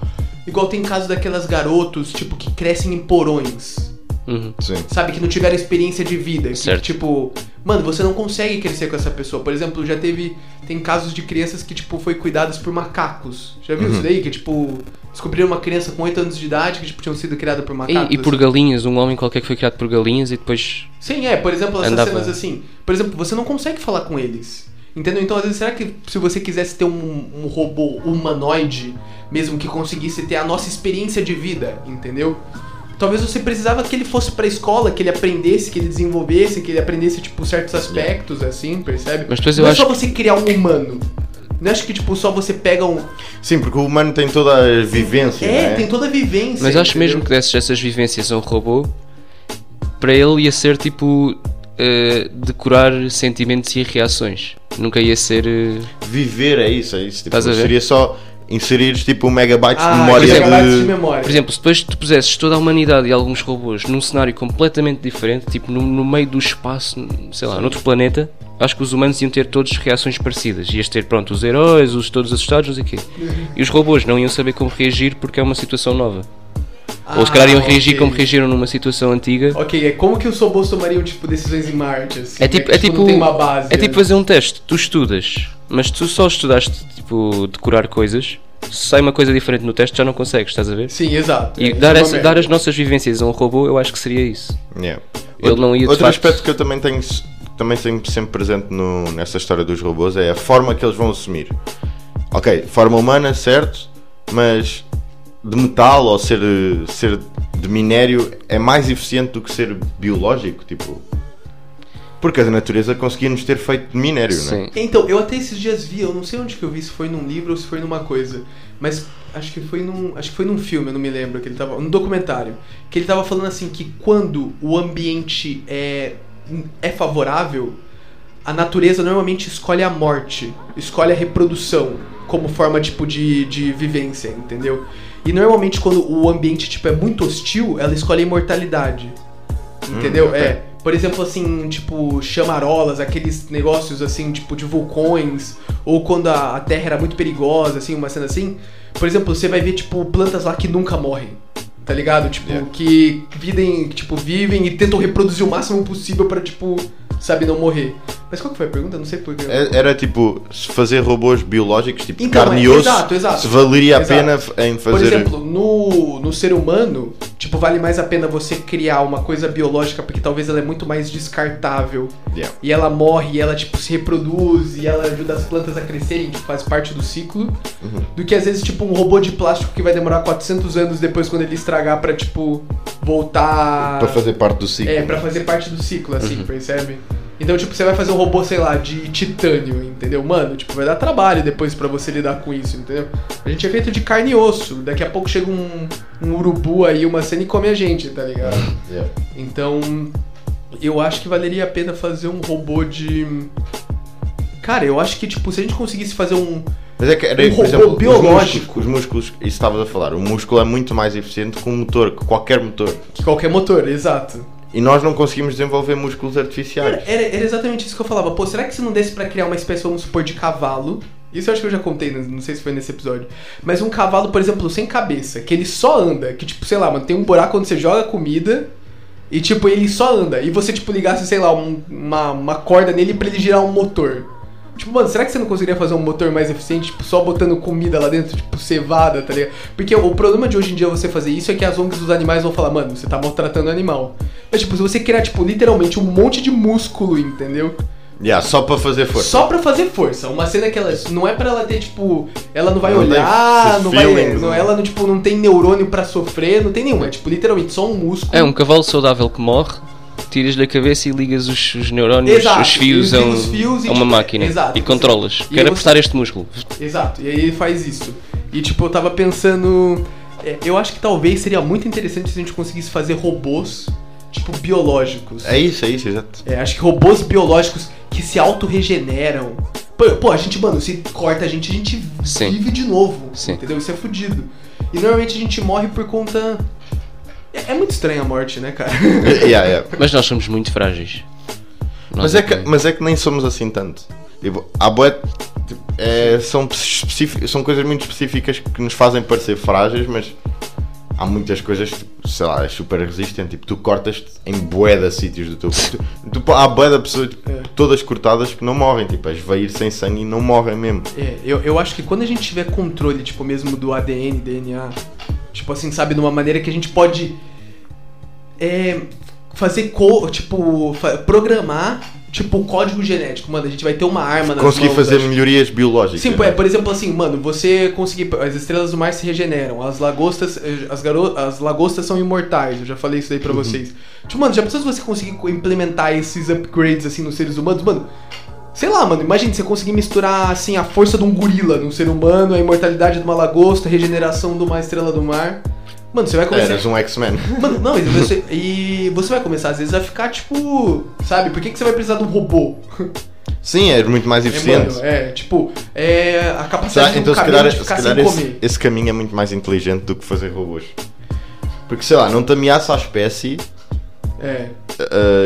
Speaker 2: Igual tem caso daquelas garotos, tipo, que crescem em porões
Speaker 3: Uhum.
Speaker 1: Sim.
Speaker 2: sabe, que não tiveram experiência de vida. que,
Speaker 3: Certo.
Speaker 2: tipo, mano, você não consegue crescer com essa pessoa. Por exemplo, já teve. Tem casos de crianças que, tipo, foi cuidadas por macacos. Já
Speaker 3: Uhum.
Speaker 2: viu isso daí? Que, tipo, descobriram uma criança com 8 anos de idade que, tipo, tinham sido criada por macacos.
Speaker 3: E, e por galinhas, um homem qualquer que foi criado por galinhas e depois.
Speaker 2: Sim, é, por exemplo, essas
Speaker 3: Andava.
Speaker 2: cenas assim. Por exemplo, você não consegue falar com eles. Entendeu? Então, às vezes, será que se você quisesse ter um, um robô humanoide, mesmo que conseguisse ter a nossa experiência de vida, entendeu? Talvez você precisava que ele fosse pra escola, que ele aprendesse, que ele desenvolvesse, que ele aprendesse, tipo, certos aspectos, assim, percebe?
Speaker 3: Mas depois eu
Speaker 2: não
Speaker 3: acho
Speaker 2: é só você criar um humano. Não acho que, tipo, só você pega um...
Speaker 1: Sim, porque o humano tem toda a vivência,
Speaker 2: É,
Speaker 1: não é?
Speaker 2: tem toda a vivência,
Speaker 3: Mas acho
Speaker 2: entendeu?
Speaker 3: mesmo que desses essas vivências a um robô, para ele ia ser tipo. eh, decorar sentimentos e reações. Nunca ia ser. eh,
Speaker 1: Viver é isso, é isso. Tipo,
Speaker 3: Estás a ver?
Speaker 1: seria só inserires tipo um megabyte
Speaker 2: Ah,
Speaker 1: de
Speaker 2: memória
Speaker 1: memória
Speaker 2: de...
Speaker 1: de...
Speaker 2: memória.
Speaker 3: Por exemplo, se depois tu pusesses toda a humanidade e alguns robôs num cenário completamente diferente, tipo no, no meio do espaço, n- sei lá, noutro planeta, acho que os humanos iam ter todos reações parecidas. Ias ter, pronto, os heróis, os todos assustados, não sei o quê.
Speaker 2: Uhum.
Speaker 3: E os robôs não iam saber como reagir porque é uma situação nova. Ou se calhar iam
Speaker 2: Ah,
Speaker 3: reagir
Speaker 2: ok.
Speaker 3: como reagiram numa situação antiga.
Speaker 2: Ok, é como que os robôs tomariam, tipo, decisões em Marte, assim?
Speaker 3: É tipo,
Speaker 2: né?
Speaker 3: é tipo,
Speaker 2: Não tem uma base.
Speaker 3: é tipo
Speaker 2: né?
Speaker 3: fazer um teste. Tu estudas, mas tu só estudaste, tipo, decorar coisas. Se sai uma coisa diferente no teste, já não consegues, estás a ver?
Speaker 2: Sim, exato.
Speaker 3: E
Speaker 2: É,
Speaker 3: dar,
Speaker 2: uma
Speaker 3: essa-
Speaker 2: merda.
Speaker 3: dar as nossas vivências a um robô, eu acho que seria isso.
Speaker 1: Yeah.
Speaker 3: Ele
Speaker 1: Outro-
Speaker 3: não ia, de
Speaker 1: Outro
Speaker 3: facto-
Speaker 1: aspecto que eu também tenho também tenho sempre presente no- nessa história dos robôs é a forma que eles vão assumir. Ok, forma humana, certo, mas de metal ou ser, ser de minério é mais eficiente do que ser biológico, tipo. Porque a natureza conseguia nos ter feito de minério, né?
Speaker 3: Sim.
Speaker 2: Então, eu até esses dias vi, eu não sei onde que eu vi, se foi num livro ou se foi numa coisa, mas acho que foi num, acho que foi num filme, eu não me lembro, que ele tava, num documentário, que ele tava falando assim que quando o ambiente é é favorável, a natureza normalmente escolhe a morte, escolhe a reprodução como forma tipo de, de vivência, entendeu? E normalmente quando o ambiente tipo é muito hostil, ela escolhe a imortalidade. Entendeu?
Speaker 1: ok.
Speaker 2: É. Por exemplo, assim, tipo, chamarolas, aqueles negócios assim, tipo, de vulcões, ou quando a, a terra era muito perigosa, assim, uma cena assim. Por exemplo, você vai ver, tipo, plantas lá que nunca morrem. Tá ligado? Tipo,
Speaker 1: Yeah.
Speaker 2: que vivem, que, tipo, vivem e tentam reproduzir o máximo possível pra, tipo, sabe, não morrer. Mas qual que foi a pergunta? Não sei porquê.
Speaker 1: É- Era tipo, se fazer robôs biológicos, tipo de
Speaker 2: Então,
Speaker 1: carne
Speaker 2: é,
Speaker 1: e osso,
Speaker 2: exato, exato.
Speaker 1: se valeria
Speaker 2: Exato.
Speaker 1: a pena f- em fazer.
Speaker 2: Por exemplo, no, no ser humano, tipo, vale mais a pena você criar uma coisa biológica, porque talvez ela é muito mais descartável.
Speaker 1: Yeah.
Speaker 2: E ela morre, e ela, tipo, se reproduz, e ela ajuda as plantas a crescerem, tipo, faz parte do ciclo.
Speaker 1: Uhum.
Speaker 2: Do que, às vezes, tipo, um robô de plástico que vai demorar 400 anos depois, quando ele estragar, pra, tipo, voltar...
Speaker 1: Para fazer parte do ciclo. Uhum.
Speaker 2: É, pra fazer parte do ciclo, assim, percebe? Então, tipo, você vai fazer um robô, sei lá, de titânio, entendeu? Mano, tipo, vai dar trabalho depois pra você lidar com isso, entendeu? A gente é feito de carne e osso. Daqui a pouco chega um, um urubu aí, uma cena e come a gente, tá ligado?
Speaker 1: Yeah.
Speaker 2: Então, eu acho que valeria a pena fazer um robô de. Cara, eu acho que, tipo, se a gente conseguisse fazer um.
Speaker 1: Mas é que era,
Speaker 2: Um
Speaker 1: por
Speaker 2: robô
Speaker 1: exemplo,
Speaker 2: biológico.
Speaker 1: Os músculos, os músculos, isso estavas a falar, o músculo é muito mais eficiente que um motor, que qualquer motor.
Speaker 2: que qualquer motor, exato.
Speaker 1: E nós não conseguimos desenvolver músculos artificiais.
Speaker 2: Era, era exatamente isso que eu falava. Pô, será que se não desse pra criar uma espécie, vamos supor, de cavalo? Isso eu acho que eu já contei, né? não sei se foi nesse episódio. Mas um cavalo, por exemplo, sem cabeça, que ele só anda, que tipo, sei lá, mano, tem um buraco onde você joga comida e tipo, ele só anda. E você, tipo, ligasse, sei lá, um- uma, uma corda nele pra ele girar um motor. Tipo, mano, será que você não conseguiria fazer um motor mais eficiente, tipo, só botando comida lá dentro, tipo, cevada, tá ligado? Porque o problema de hoje em dia você fazer isso é que as ONGs dos animais vão falar, mano, você tá maltratando o animal. Mas, tipo, se você criar, tipo, literalmente um monte de músculo, entendeu?
Speaker 1: Yeah, só para fazer força.
Speaker 2: Só pra fazer força. Uma cena que ela. Não é pra ela ter, tipo. Ela não vai
Speaker 1: Não tem
Speaker 2: olhar,
Speaker 1: esses
Speaker 2: não vai.
Speaker 1: feelings,
Speaker 2: não,
Speaker 1: né?
Speaker 2: ela não, tipo, não tem neurônio pra sofrer, não tem nenhum. É, tipo, literalmente só um músculo.
Speaker 3: É um cavalo saudável que morre, tiras-lhe a cabeça e ligas os, os neurônios,
Speaker 2: Exato,
Speaker 3: os fios
Speaker 2: e
Speaker 3: a,
Speaker 2: liga
Speaker 3: um-
Speaker 2: os fios e,
Speaker 3: a uma
Speaker 2: tipo,
Speaker 3: máquina
Speaker 2: exato,
Speaker 3: e controlas.
Speaker 2: sim. E
Speaker 3: Quero
Speaker 2: você-
Speaker 3: apertar este músculo.
Speaker 2: Exato, e aí ele faz isso. E tipo, eu tava pensando. é, Eu acho que talvez seria muito interessante se a gente conseguisse fazer robôs, tipo, biológicos.
Speaker 1: É isso, é isso, exato.
Speaker 2: É, acho que robôs biológicos que se autorregeneram. Pô, pô, a gente, mano, se corta a gente, a gente
Speaker 3: Sim.
Speaker 2: vive de novo.
Speaker 3: Sim.
Speaker 2: Entendeu? Isso é fudido. E normalmente a gente morre por conta. É, é muito estranha a morte, né,
Speaker 3: [LAUGHS]
Speaker 2: cara?
Speaker 1: Yeah, yeah.
Speaker 3: Mas nós somos muito frágeis.
Speaker 1: Mas,
Speaker 3: Nós
Speaker 1: é que, mas é que nem somos assim tanto. Tipo, há boé. tipo, é, são, específic- são coisas muito específicas que nos fazem parecer frágeis, mas há muitas coisas, tipo, sei lá, é super resistente. Tipo, tu cortas em bué de sítios do teu
Speaker 2: [LAUGHS]
Speaker 1: corpo. Tu- tu- há bué de pessoas, tipo,
Speaker 2: É.
Speaker 1: todas cortadas, que não morrem. Tipo, as veio sem sangue e não morrem mesmo.
Speaker 2: É, eu, eu acho que quando a gente tiver controle, tipo, mesmo do ADN, DNA, tipo assim, sabe, de uma maneira que a gente pode é, fazer, co tipo, fa- programar, tipo, o código genético, mano, a gente vai ter uma arma nas
Speaker 1: Consegui
Speaker 2: mãos,
Speaker 1: fazer
Speaker 2: acho.
Speaker 1: melhorias biológicas.
Speaker 2: Sim,
Speaker 1: né?
Speaker 2: é, por exemplo, assim, mano, você conseguir. As estrelas do mar se regeneram, as lagostas. eh, As, garo, as lagostas são imortais, eu já falei isso aí pra vocês. Tipo, mano, já pensou se você conseguir co- implementar esses upgrades assim nos seres humanos? Mano, sei lá, mano, imagina você conseguir misturar assim a força de um gorila num ser humano, a imortalidade de uma lagosta, a regeneração de uma estrela do mar. Mano, você vai começar.
Speaker 1: Eras um X-Men.
Speaker 2: [LAUGHS] Mano, não, e você, e você vai começar às vezes a ficar tipo. Sabe, por que, que você vai precisar de um robô? [LAUGHS]
Speaker 1: Sim, és muito mais
Speaker 2: É,
Speaker 1: eficiente.
Speaker 2: mano, é, tipo, é a
Speaker 1: Será-
Speaker 2: capacidade
Speaker 1: então,
Speaker 2: do
Speaker 1: se
Speaker 2: cabelo
Speaker 1: calhar,
Speaker 2: de
Speaker 1: se
Speaker 2: ficar
Speaker 1: calhar
Speaker 2: sem
Speaker 1: esse,
Speaker 2: comer.
Speaker 1: esse caminho é muito mais inteligente do que fazer robôs. Porque, sei lá, não te ameaça a espécie
Speaker 2: É.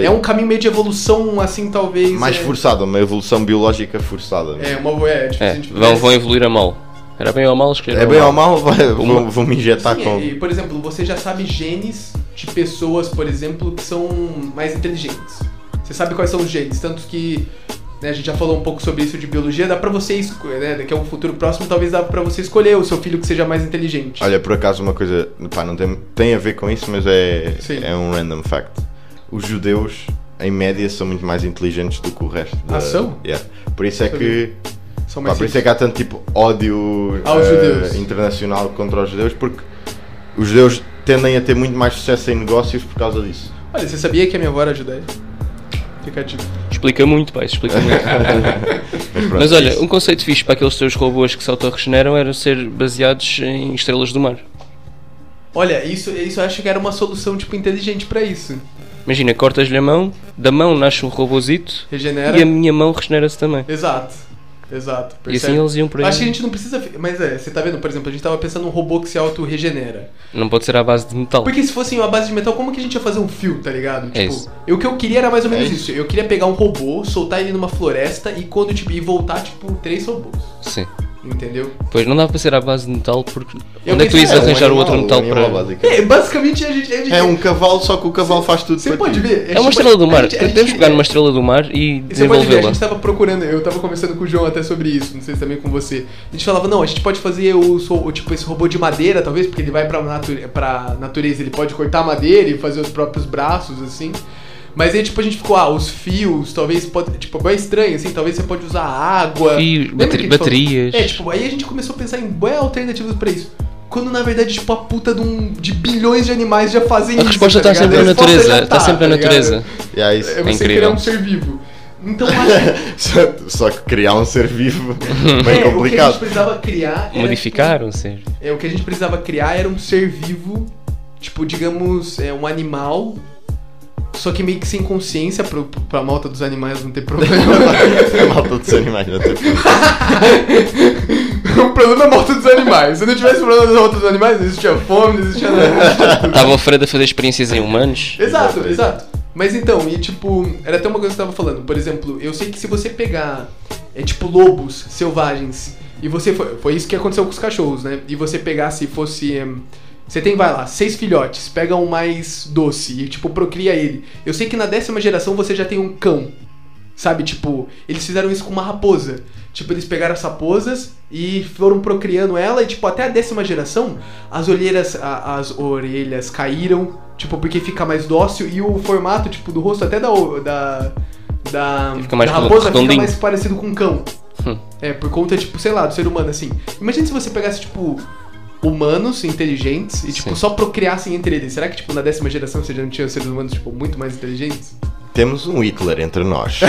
Speaker 2: é um caminho meio de evolução, assim, talvez.
Speaker 1: mais
Speaker 2: é,
Speaker 1: forçada, uma evolução biológica forçada. né?
Speaker 2: É, uma. É, tipo,
Speaker 3: É,
Speaker 2: se a gente
Speaker 3: vão,
Speaker 2: pudesse-
Speaker 3: vão evoluir a mal. Era bem ou mal escolher
Speaker 1: É, bem ou mal, vai- vão, vão me
Speaker 2: Sim,
Speaker 1: injetar com.
Speaker 2: é, e, por exemplo, você já sabe genes de pessoas, por exemplo, que são mais inteligentes. Você sabe quais são os genes, tanto que. né, a gente já falou um pouco sobre isso de biologia, dá pra você escolher, né? Daqui a um futuro próximo, talvez dá pra você escolher o seu filho que seja mais inteligente.
Speaker 1: Olha, por acaso, uma coisa. Pá, não tem, tem a ver com isso, mas é,
Speaker 2: Sim.
Speaker 1: é um random fact. Os judeus, em média, são muito mais inteligentes do que o resto.
Speaker 2: Ah, são?
Speaker 1: Yeah. Por isso é
Speaker 2: Sabia.
Speaker 1: que.
Speaker 2: São
Speaker 1: Pá,
Speaker 2: mais
Speaker 1: por isso é que há tanto tipo ódio
Speaker 2: Aos
Speaker 1: eh,
Speaker 2: judeus.
Speaker 1: internacional contra os judeus, porque os judeus tendem a ter muito mais sucesso em negócios por causa
Speaker 3: [LAUGHS]
Speaker 1: disso.
Speaker 2: Olha, você sabia que a minha avó era judeia? Fica a dica.
Speaker 3: Explica muito,
Speaker 1: [LAUGHS]
Speaker 3: pai, explica muito.
Speaker 1: Mas, pronto,
Speaker 3: Mas
Speaker 1: isso.
Speaker 3: olha, um conceito fixe para aqueles teus robôs que se autorregeneram era ser baseados em estrelas do mar.
Speaker 2: Olha, isso, isso eu acho que era uma solução, tipo, inteligente pra isso.
Speaker 3: Imagina, cortas-lhe a mão, da mão nasce um robôzito
Speaker 2: Regenera.
Speaker 3: e a minha mão regenera-se também.
Speaker 2: Exato. Exato.
Speaker 3: E
Speaker 2: percebe?
Speaker 3: assim eles iam por aí.
Speaker 2: Acho que a gente não precisa. fi- Mas é, você tá vendo, por exemplo, a gente tava pensando num robô que se auto-regenera.
Speaker 3: Não pode ser à base de metal.
Speaker 2: Porque se fosse uma base de metal, como que a gente ia fazer um fio, tá ligado?
Speaker 3: É
Speaker 2: tipo,
Speaker 3: isso.
Speaker 2: eu- o que eu queria era mais ou menos
Speaker 1: É
Speaker 2: isso. Eu queria pegar um robô, soltar ele numa floresta e quando tipo, e voltar, tipo, três robôs.
Speaker 3: Sim.
Speaker 2: Entendeu?
Speaker 3: Pois não dá para ser à base de metal porque.
Speaker 2: Eu
Speaker 3: Onde é que tu
Speaker 2: pensei-
Speaker 3: ias
Speaker 2: é, um
Speaker 3: arranjar o outro
Speaker 1: animal,
Speaker 3: metal
Speaker 1: um animal,
Speaker 3: para.
Speaker 1: basicamente.
Speaker 2: É, basicamente a gente. a gente-
Speaker 1: É um cavalo, só que o cavalo faz tudo
Speaker 2: Você
Speaker 1: para
Speaker 2: pode
Speaker 1: ti.
Speaker 2: ver. tipo,
Speaker 3: É uma estrela do mar.
Speaker 2: A gente- a gente-
Speaker 3: Temos que pegar numa estrela do mar e
Speaker 2: E Você pode é ver, a
Speaker 3: desenvolvê-la.
Speaker 2: gente tava procurando, eu tava conversando com o João até sobre isso, não sei se também com você. A gente falava, não, a gente pode fazer o, so- o tipo esse robô de madeira, talvez, porque ele vai pra, natu- pra natureza, ele pode cortar madeira e fazer os próprios braços, assim. Mas aí, tipo, a gente ficou, ah, os fios, talvez pode. Tipo, é estranho, assim, talvez você pode usar água.
Speaker 3: Fios,
Speaker 2: Lembra que a gente
Speaker 3: bateri-
Speaker 2: falou?
Speaker 3: baterias.
Speaker 2: É, tipo, aí a gente começou a pensar em boas alternativas pra isso. Quando na verdade, tipo, a puta de, um, de bilhões de animais já fazem
Speaker 3: É tipo, A
Speaker 2: isso.
Speaker 3: resposta
Speaker 2: tá
Speaker 3: está
Speaker 2: ligado?
Speaker 3: sempre na
Speaker 2: A resposta
Speaker 3: natureza.
Speaker 2: já
Speaker 3: Está sempre
Speaker 2: tá
Speaker 3: na
Speaker 2: ligado?
Speaker 3: natureza.
Speaker 1: E aí,
Speaker 2: É
Speaker 1: isso-
Speaker 2: você
Speaker 3: incrível.
Speaker 2: criar um ser vivo. Então, acho
Speaker 1: [LAUGHS] só, só que criar um ser
Speaker 3: [LAUGHS]
Speaker 1: vivo bem
Speaker 2: É, O que a gente
Speaker 1: complicado.
Speaker 2: precisava criar. Era,
Speaker 3: Modificar, ou seja.
Speaker 2: é, o que a gente precisava criar era um ser vivo, tipo, digamos, é, um animal. Só que meio que sem consciência, pro, pra malta dos animais não ter problema. [LAUGHS]
Speaker 1: [LAUGHS] A malta dos animais não é? tem problema.
Speaker 2: o problema é a malta dos animais. Se não tivesse problema da malta dos animais, não existia fome, não existia nada. não existia tudo.
Speaker 3: Estava o Fred a fazer experiências em humanos.
Speaker 2: Exato,
Speaker 1: Exato,
Speaker 2: exato. Mas então, e tipo, era até uma coisa que eu tava falando. Por exemplo, eu sei que se você pegar, é tipo, lobos selvagens, e você. Foi, foi isso que aconteceu com os cachorros, né? E você pegar se fosse. em, você tem, vai lá, seis filhotes, pega um mais doce e, tipo, procria ele. Eu sei que na décima geração você já tem um cão. Sabe, tipo, eles fizeram isso com uma raposa. Tipo, eles pegaram as raposas e foram procriando ela e, tipo, até a décima geração, as olheiras, a- as orelhas caíram, tipo, porque fica mais dócil e o formato, tipo, do rosto até da, o- da, da,
Speaker 3: Ele fica mais
Speaker 2: da raposa fica
Speaker 3: redondinho.
Speaker 2: mais parecido com um cão.
Speaker 3: Hum.
Speaker 2: É, por conta, tipo, sei lá, do ser humano, assim. Imagina se você pegasse, tipo, humanos inteligentes e, tipo,
Speaker 3: Sim.
Speaker 2: só procriassem entre eles. Será que, tipo, na décima geração você já não tinha seres humanos, tipo, muito mais inteligentes?
Speaker 1: Temos um Hitler entre nós.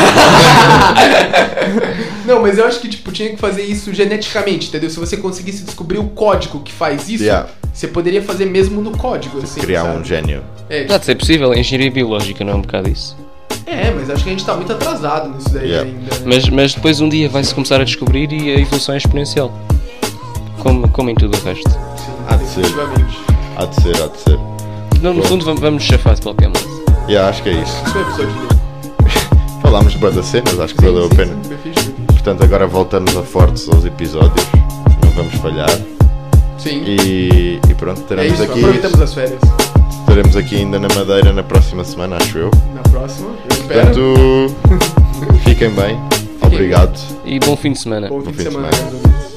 Speaker 2: Não, mas eu acho que, tipo, tinha que fazer isso geneticamente, entendeu? Se você conseguisse descobrir o código que faz isso,
Speaker 1: Yeah.
Speaker 2: você poderia fazer mesmo no código, assim.
Speaker 1: Criar
Speaker 2: sabe?
Speaker 1: um gênio.
Speaker 2: É,
Speaker 3: Apesar de ser possível, a engenharia biológica não é um bocado isso.
Speaker 2: é, mas acho que a gente tá muito atrasado nisso daí
Speaker 1: Yeah.
Speaker 2: ainda. né?
Speaker 3: Mas, mas depois um dia vai-se começar a descobrir e a evolução é exponencial. Como, como em tudo o resto.
Speaker 2: Sim,
Speaker 1: Há de ser.
Speaker 2: Assim, definitivamente.
Speaker 1: Há de ser, há de ser.
Speaker 3: No, no
Speaker 1: Bom.
Speaker 3: fundo, vamos, vamos chafar de qualquer modo.
Speaker 1: Yeah, acho que é isso.
Speaker 2: Isso foi o episódio dele.
Speaker 1: [LAUGHS] Falámos de bué das cenas, acho que valeu a
Speaker 2: Sim, sim,
Speaker 1: pena.
Speaker 2: sim, bem fixe, bem fixe.
Speaker 1: Portanto, agora voltamos a fortes aos episódios. Não vamos falhar.
Speaker 2: Sim.
Speaker 1: E, e pronto,
Speaker 2: é
Speaker 1: teremos
Speaker 2: isso,
Speaker 1: aqui.
Speaker 2: aproveitamos as férias.
Speaker 1: Estaremos aqui ainda na Madeira na próxima semana, acho eu.
Speaker 2: Na próxima, eu espero. [LAUGHS]
Speaker 1: Portanto, fiquem bem. Obrigado.
Speaker 3: E bom fim de semana.
Speaker 2: Bom
Speaker 1: bom
Speaker 2: fim
Speaker 1: fim de
Speaker 2: de semana,
Speaker 1: semana.
Speaker 2: meus amigos.